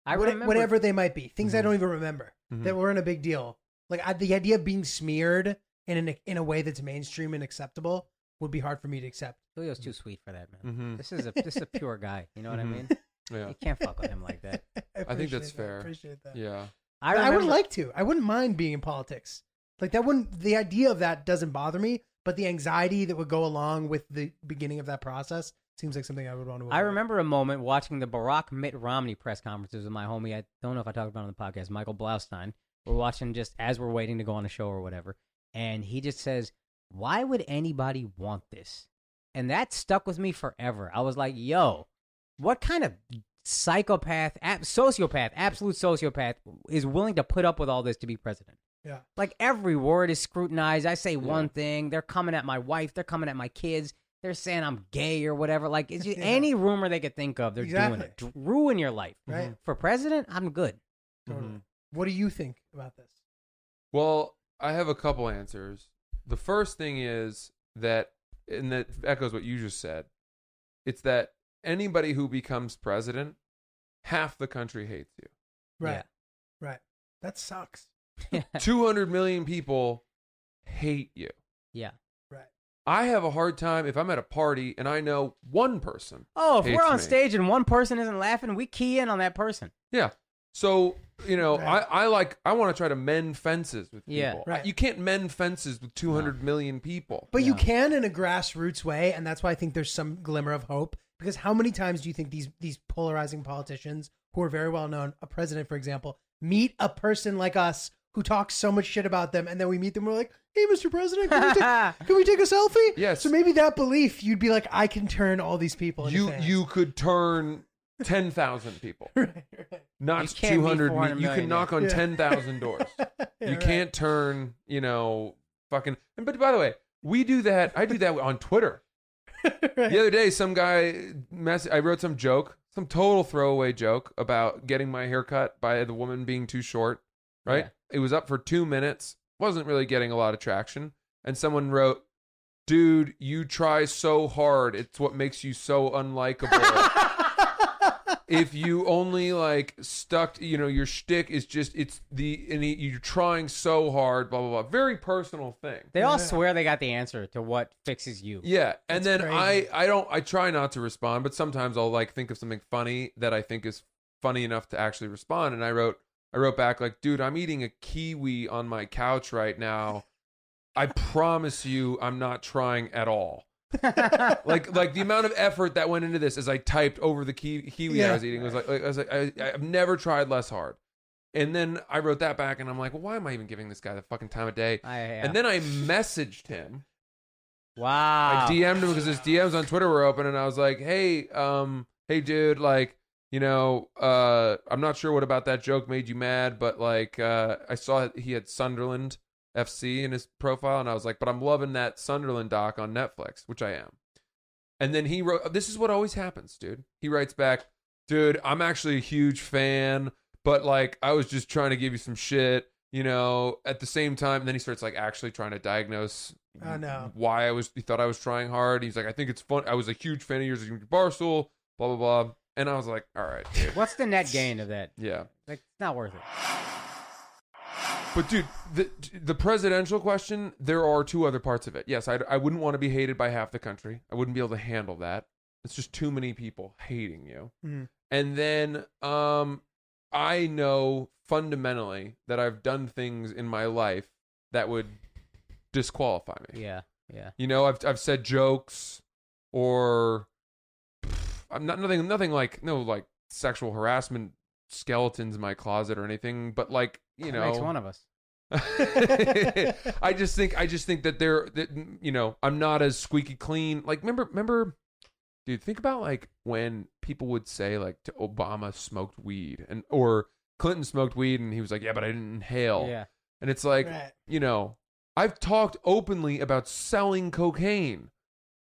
G: I
F: What- e-,
G: remember
F: whatever they might be, things I
E: Mhm.
F: don't even remember
E: Mhm.
F: that weren't a big deal. Like I, the idea of being smeared in an, in a way that's mainstream and acceptable would be hard for me to accept.
G: Julio's too sweet for that man.
F: Mm-hmm.
E: Mhm.
G: This is a this is a pure guy. You know what
E: Mhm.
G: I mean?
E: Yeah,
G: You can't fuck with him like that.
E: I think
F: appreciate
E: that's
F: that,
E: fair.
F: Appreciate that.
E: yeah.
F: I, I would
G: remember-
F: like to. I wouldn't mind being in politics. Like that wouldn't. The idea of that doesn't bother me, but the anxiety that would go along with the beginning of that process seems like something I would want to.
G: I
F: avoid.
G: remember a moment watching the Barack Mitt Romney press conferences with my homie. I don't know if I talked about it on the podcast, Michael Blaustein. We're watching just as we're waiting to go on a show or whatever. And he just says, Why would anybody want this? And that stuck with me forever. I was like, Yo, what kind of psychopath, ab- sociopath, absolute sociopath is willing to put up with all this to be president?
F: Yeah.
G: Like every word is scrutinized. I say one
E: Yeah.
G: thing, they're coming at my wife, they're coming at my kids, they're saying I'm gay or whatever. Like it's just
F: Yeah.
G: any rumor they could think of, they're doing it.
F: Exactly.
G: D- Ruin your life. Mm-hmm.
F: Right.
G: For president, I'm good.
F: Totally.
E: Mhm.
F: What do you think about this?
E: Well, I have a couple answers. The first thing is that, and that echoes what you just said. It's that anybody who becomes president, half the country hates you.
F: Right.
G: Yeah.
F: Right. That sucks.
E: Two hundred million people hate you.
G: Yeah.
F: Right.
E: I have a hard time if I'm at a party and I know one person.
G: Oh, if
E: hates
G: we're on
E: me.
G: stage and one person isn't laughing, we key in on that person.
E: Yeah. So, you know,
F: Right.
E: I, I like I want to try to mend fences with people.
G: Yeah.
F: Right.
E: You can't mend fences with two hundred million people.
F: But you
G: Yeah.
F: can in a grassroots way, and that's why I think there's some glimmer of hope. Because how many times do you think these these polarizing politicians, who are very well known, a president for example, meet a person like us who talks so much shit about them, and then we meet them, we're like, "Hey, Mr. President, can we take, can we take a selfie?"
E: Yes.
F: So maybe that belief, you'd be like, "I can turn all these people." Into
E: you
F: fans."
E: you could turn 10,000 people
F: Right, right.
E: not
G: You can't be
E: 200
G: 400
E: mi- you can
G: million,
E: knock on
F: yeah.
E: 10,000 doors
F: Yeah,
E: you
F: right.
E: can't turn you know fucking and but by the way we do that i do that on twitter the other day some guy mess i wrote some joke some total throwaway joke about getting my hair cut by the woman being too short right
G: Yeah.
E: it was up for two minutes wasn't really getting a lot of traction and someone wrote dude you try so hard it's what makes you so unlikable if you only like stuck, you know, your shtick is just it's the and he- you're trying so hard, blah blah blah. Very personal thing.
G: They all
F: Yeah.
G: swear they got the answer to what fixes you.
E: Yeah, and
F: That's
E: then
F: crazy.
E: I I don't I try not to respond, but sometimes I'll like think of something funny that I think is funny enough to actually respond. And I wrote I wrote back like, dude, I'm eating a kiwi on my couch right now. I promise you, I'm not trying at all. like like the amount of effort that went into this as I typed over the ki- kiwi I
F: Yeah.
E: was eating was like, like I was like I, I've never tried less hard. And then I wrote that back, and I'm like, well, why am I even giving this guy the fucking time of day?
G: I, yeah.
E: And then I messaged him.
G: wow.
E: I DM'd him because his DMs on Twitter were open, and I was like, "Hey, um, hey, dude, like, you know, uh, I'm not sure what about that joke made you mad, but like, uh, I saw he had Sunderland FC in his profile, and I was like, but I'm loving that Sunderland doc on Netflix, which I am. And then he wrote, this is what always happens, dude. He writes back, dude, I'm actually a huge fan, but like I was just trying to give you some shit, you know, at the same time. And then he starts like actually trying to diagnose
F: Oh, no.
E: why I was, he thought I was trying hard. He's like, I think it's fun. I was a huge fan of yours at Barstool, blah, blah, blah. And I was like, all right, dude.
G: What's the net gain of that?
E: Yeah.
G: Like, it's not worth it.
E: But dude, the the presidential question, there are two other parts of it. Yes, I I wouldn't want to be hated by half the country. I wouldn't be able to handle that. It's just too many people hating you.
F: Mhm.
E: And then um I know fundamentally that I've done things in my life that would disqualify me.
G: Yeah, yeah.
E: You know, I've I've said jokes or I'm not nothing nothing like no like sexual harassment skeletons in my closet or anything, but like, you
G: That
E: know,
G: makes one of us.
E: I just think I just think that they're that you know I'm not as squeaky clean. Like remember remember, dude. Think about like when people would say like to Obama smoked weed and or Clinton smoked weed and he was like yeah but I didn't inhale.
G: Yeah,
E: And it's like
F: Right.
E: you know I've talked openly about selling cocaine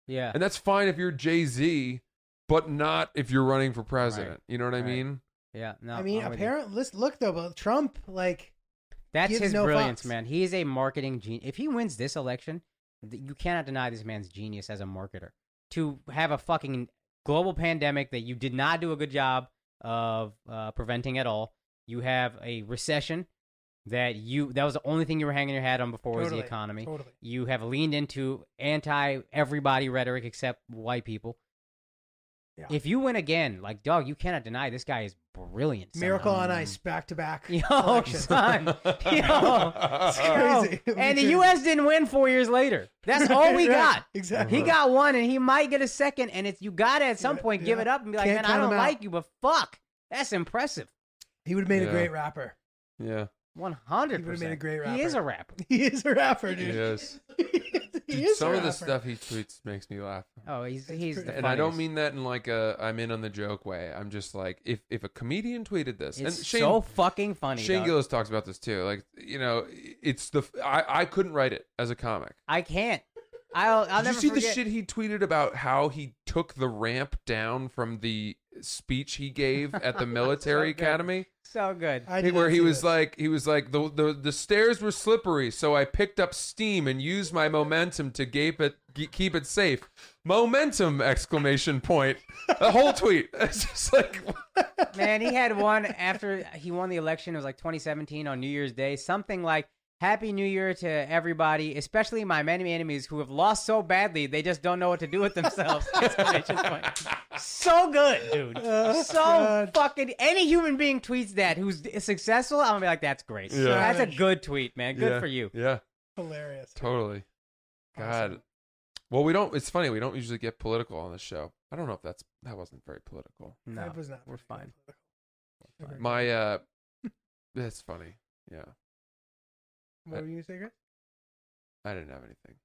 G: yeah.
E: and that's fine if you're Jay Z, but not if you're running for president. You know what I
G: Right.
E: mean?
G: Yeah, no.
F: I mean,
G: I'm with you.
F: apparently, let's look though. But Trump, like,
G: that's
F: gives
G: his
F: no
G: brilliance,
F: fucks.
G: man. He is a marketing genius. If he wins this election, th- you cannot deny this man's genius as a marketer. To have a fucking global pandemic that you did not do a good job of uh, preventing at all. You have a recession that you that was the only thing you were hanging your hat on before was
F: Totally,
G: the economy.
F: totally.
G: You have leaned into anti everybody rhetoric except white people.
F: Yeah.
G: If you win again, like dog, you cannot deny this guy is brilliant. somehow.
F: Miracle on Ice, back to back.
G: Yo, Um, Oh, son. Yo.
E: Oh.
F: It's crazy. We
G: Yo. Oh. And the
F: should-
G: U.S. didn't win four years later. That's all we
F: Right,
G: got.
F: Exactly.
G: He got one, and he might get a second. And it's you got to at some
F: Yeah,
G: point give
F: yeah.
G: it up and be like,
F: Can't
G: man, I
F: count
G: don't
F: him out."
G: like you, but fuck, that's impressive.
F: He would have made
E: Yeah.
F: a great rapper.
E: Yeah.
G: One hundred
F: He would've
G: percent.
F: made a great
G: He is
F: rapper.
G: a rapper.
F: He is a rapper, dude.
E: Yes.
F: he
E: Dude,
F: is
E: some
F: a
E: of the
F: rapper.
E: stuff he tweets makes me laugh.
G: Oh, he's
F: It's
G: he's the
F: pretty-
E: and I don't
G: funniest.
E: mean that in like a I'm in on the joke way. I'm just like if if a comedian tweeted this
G: it's
E: and Shane
G: so fucking funny.
E: Shane
G: dog.
E: Gillis talks about this too. Like you know, it's the I I couldn't write it as a comic.
G: I can't. I'll I'll
E: Did you
G: never
E: see
G: forget.
E: the shit he tweeted about how he took the ramp down from the speech he gave at the military
G: good.
E: academy?
G: So good.
F: I
E: Hey,
F: did
E: where
F: not
E: he
F: see
E: was
F: this.
E: like he was like the, the the stairs were slippery so i picked up steam and used my momentum to gape it ge- keep it safe momentum exclamation point the whole tweet it's just like
G: Man, he had one after he won the election. It was like 2017 on New Year's Day. Something like "Happy New Year to everybody, especially my many enemies who have lost so badly they just don't know what to do with themselves." Exclamation point. so good, dude. so
F: Oh, God.
G: fucking. Any human being tweets that who's successful, I'm gonna be like, "That's great.
E: Yeah.
G: That's a
F: Savage.
G: good tweet, man. Good
E: Yeah,
G: for you."
E: yeah
F: hilarious.
E: totally god
F: Awesome.
E: well we don't it's funny we don't usually get political on the show i don't know if that's that wasn't very political
G: No,
F: That was not
G: we're fine.
F: Okay.
E: my uh that's funny yeah Uh,
F: What were you gonna say, Chris?
E: i didn't have anything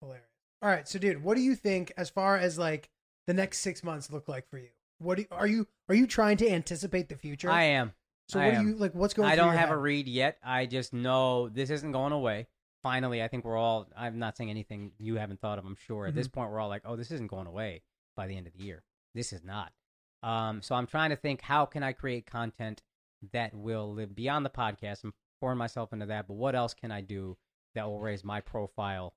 F: Hilarious. All right, so dude, what do you think as far as like the next six months look like for you? What do you, are you are you trying to anticipate the future?
G: I am.
F: So
G: I
F: what
G: am.
F: do you like? What's going?
G: I
F: through
G: don't
F: your
G: have
F: head?
G: a read yet. I just know this isn't going away. Finally, I think we're all. I'm not saying anything you haven't thought of. I'm sure at
F: Mm-hmm.
G: this point we're all like, oh, this isn't going away by the end of the year. This is not. Um, so I'm trying to think how can I create content that will live beyond the podcast. I'm pouring myself into that, but what else can I do that will raise my profile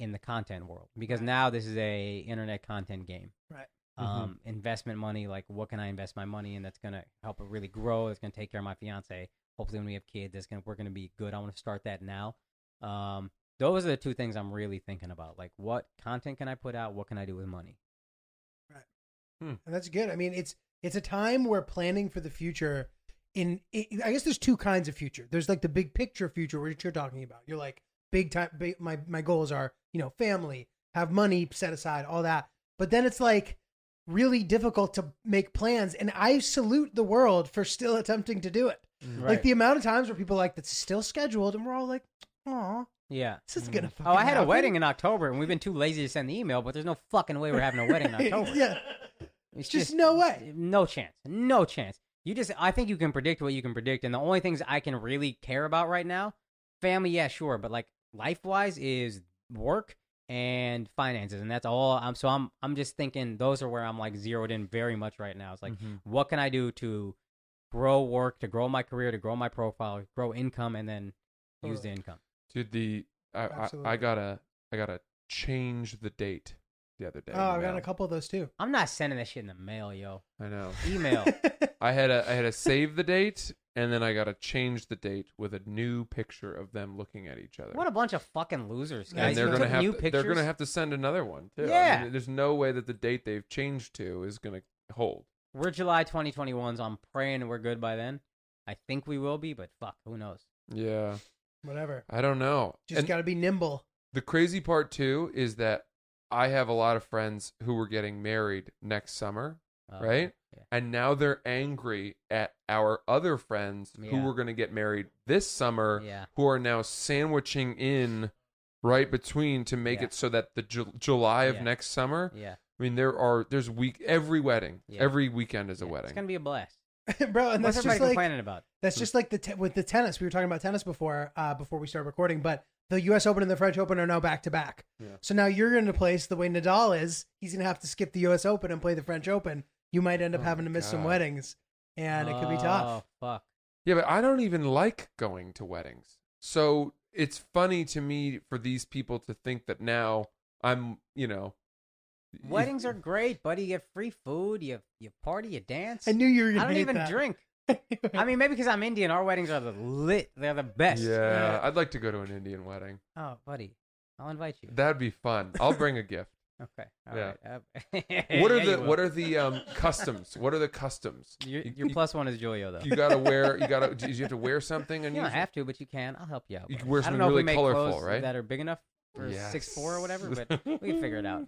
G: in the content world? Because now this is a internet content game
F: right.
G: um, investment money. Like, what can I invest my money in that's going to help it really grow? That's going to take care of my fiance. Hopefully, when we have kids, that's going to we're going to be good. I want to start that now. Um, those are the two things I'm really thinking about. Like, what content can I put out? What can I do with money?
F: And that's good. I mean, it's it's a time where planning for the future. In it, I guess there's two kinds of future. There's like the big picture future, which you're talking about. You're like big time. Big, my my goals are you know family, have money set aside, all that. But then it's like really difficult to make plans. And I salute the world for still attempting to do it. Like the amount of times where people are like that's still scheduled, and we're all like, "Aw,
G: yeah.
F: this is gonna."
G: Oh, I
F: fucking
G: had a
F: happen."
G: wedding in October, and we've been too lazy to send the email. But there's no fucking way we're having a wedding in October.
F: yeah,
G: It's
F: Just no way.
G: No chance. No chance. You just I think you can predict what you can predict and the only things I can really care about right now family, yeah, sure, but like life wise is work and finances, and that's all. I'm so I'm I'm just thinking those are where I'm like zeroed in very much right now. It's like
E: Mhm.
G: what can I do to grow work, to grow my career, to grow my profile, grow income, and then use
F: Totally.
G: the income.
E: Dude, the I, I, I
F: Absolutely.
E: gotta I gotta change the date the other day. in
F: Oh,
E: the
F: I got
E: mail.
F: a couple of those too.
G: I'm not sending that shit in the mail, yo.
E: I know.
G: Email.
E: I had a I had a save the date and then I gotta change the date with a new picture of them looking at each other.
G: what a bunch of fucking losers, guys.
E: and they're
G: You
E: gonna
G: took
E: have
G: new
E: to,
G: pictures.
E: they're gonna have to send another one too. I
G: Yeah.
E: mean, there's no way that the date they've changed to is gonna hold.
G: We're July 2021, so I'm praying we're good by then. I think we will be, but fuck, who knows?
E: Yeah,
F: Whatever.
E: I don't know.
F: Just
E: And-
F: got to be nimble.
E: The crazy part too is that I have a lot of friends who were getting married next summer,
G: Uh,
E: right?
G: yeah.
E: And now they're angry at our other friends who
G: Yeah.
E: were going to get married this summer,
G: Yeah.
E: who are now sandwiching in right between to make
G: Yeah.
E: it so that the Ju- July of
G: Yeah.
E: next summer.
G: Yeah.
E: I mean, there are there's week every wedding,
G: Yeah.
E: every weekend is a
G: Yeah,
E: wedding.
G: It's gonna be a blast.
F: Bro, Oh, and
G: What's
F: that's
G: everybody
F: just like
G: complaining about?
F: That's just like the te- with the tennis. We were talking about tennis before uh, before we started recording, but the U.S. Open and the French Open are now back to back.
E: Yeah.
F: So now you're going to place the way Nadal is. He's going to have to skip the U.S. Open and play the French Open. You might end up
E: Oh
F: having
E: my
F: to miss some
E: God.
F: weddings, and it could be tough.
G: Oh fuck.
E: Yeah, but I don't even like going to weddings. So it's funny to me for these people to think that now I'm, you know,
G: Weddings are great, buddy. You get free food. You you party. You dance.
F: I knew you were going
G: I
F: to.
G: don't even drink. I mean, maybe because I'm Indian, our weddings are the lit. They're the best.
E: Yeah, I'd like to go to an Indian wedding.
G: Oh, buddy, I'll invite you.
E: That'd be fun. I'll bring a gift.
G: Okay.
E: Yeah.
G: All Uh,
E: What are the What are the um, customs? What are the customs?
G: your,
E: You-
G: your
E: you,
G: plus one is Julio though.
E: you gotta wear. You gotta. Do you have to wear something?
G: You
E: And
G: don't have to, but you can. I'll help you out.
E: You
G: with
E: can
G: it.
E: wear
G: I
E: something
G: don't know if we
E: really
G: make
E: colorful,
G: clothes
E: right?
G: That are big enough for six four or whatever,
E: Yes.
G: but we can figure it out.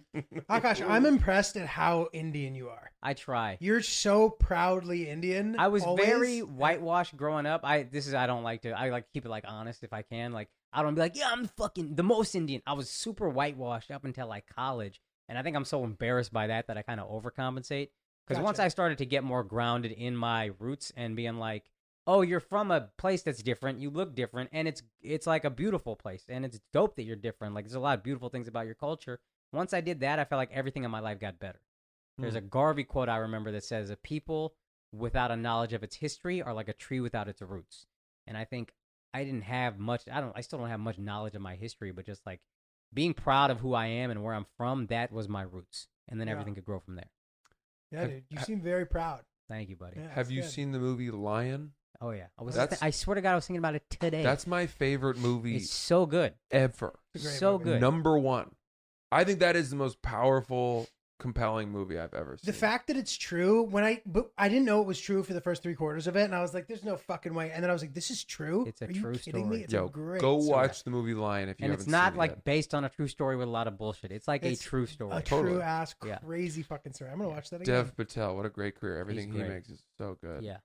F: Oh gosh, I'm impressed at how Indian you are.
G: I try.
F: You're so proudly Indian.
G: I was
F: always.
G: very whitewashed growing up. I this is I don't like to I like to keep it like honest if I can. Like I don't be like, yeah, I'm fucking the most Indian. I was super whitewashed up until like college, and I think I'm so embarrassed by that that I kind of overcompensate. Because once
F: Gotcha.
G: I started to get more grounded in my roots and being like, oh, you're from a place that's different, you look different, and it's it's like a beautiful place, and it's dope that you're different. Like there's a lot of beautiful things about your culture. Once I did that, I felt like everything in my life got better. There's
F: Mm.
G: a Garvey quote I remember that says, "A people without a knowledge of its history are like a tree without its roots." And I think I didn't have much. I don't. I still don't have much knowledge of my history, but just like being proud of who I am and where I'm from, that was my roots, and then
F: Yeah.
G: everything could grow from there.
F: Yeah, dude, you seem very proud.
G: Thank you, buddy.
F: Yeah,
E: Have
F: it's
E: you
F: good.
E: seen the movie Lion?
G: Oh yeah, I was.
E: That's-
G: just- I swear to God, I was thinking about it today.
E: That's my favorite movie
G: it's so good,
E: ever.
F: It's a great
G: so
F: movie.
G: good.
E: Number one. I think that is the most powerful, compelling movie I've ever seen.
F: The fact that it's true when I but I didn't know it was true for the first three quarters of it, and I was like, "There's no fucking way." And then I was like, "This is true."
G: It's a
F: Are you
G: true
F: kidding
G: story.
F: me? It's a
E: Yo,
F: great
E: go
F: story.
E: watch the movie Lion if you
G: and
E: haven't
G: it's not
E: seen
G: like
E: it yet.
G: based on a true story with a lot of bullshit. It's like
F: It's
G: a true story.
F: a
E: Totally.
F: true ass
G: Yeah.
F: crazy fucking story. I'm gonna watch that again.
E: Dev Patel. What a great career! Everything he
G: great.
E: makes is so good.
G: yeah.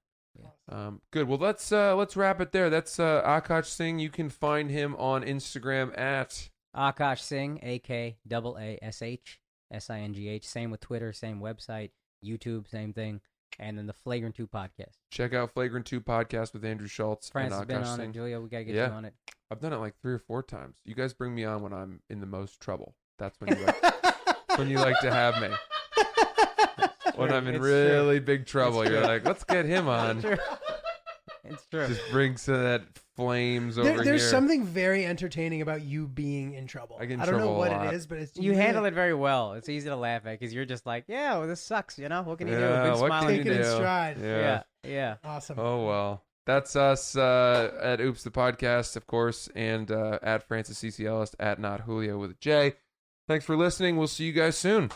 E: Um, good. Well, let's uh, let's wrap it there. That's uh, Akash Singh. You can find him on Instagram at
G: Akash Singh, A K double A S H S I N G H. Same with Twitter, same website, YouTube, same thing. And then the Flagrant Two podcast.
E: check out Flagrant Two podcast with Andrew Schultz
G: France has
E: and
G: been
E: Akash
G: on
E: Singh.
G: it. Julia, we gotta get
E: Yeah.
G: you on it.
E: I've done it like three or four times. You guys bring me on when I'm in the most trouble. That's when you like, when you like to have me. When I'm in
G: It's true.
E: really big trouble, you're like, let's get him on.
G: It's true.
E: Just bring some of that flames over
F: There, there's
E: here.
F: something very entertaining about you being in trouble.
E: I get in
F: don't know
E: trouble a
F: what
E: lot.
F: it is, but it's
G: you
F: really-
G: handle it very well. It's easy to laugh at because you're just like, yeah, well, this sucks. You know what can you do?
E: Yeah,
G: Big
E: what
G: smile
E: can
G: on
F: Take
E: you
G: your
F: it in
E: do?
F: stride.
G: Yeah, yeah.
F: Awesome.
E: Oh well, that's us uh, at Oops the podcast, of course, and uh, at Francis CC Ellis at Not Julio with a J. Thanks for listening. We'll see you guys soon.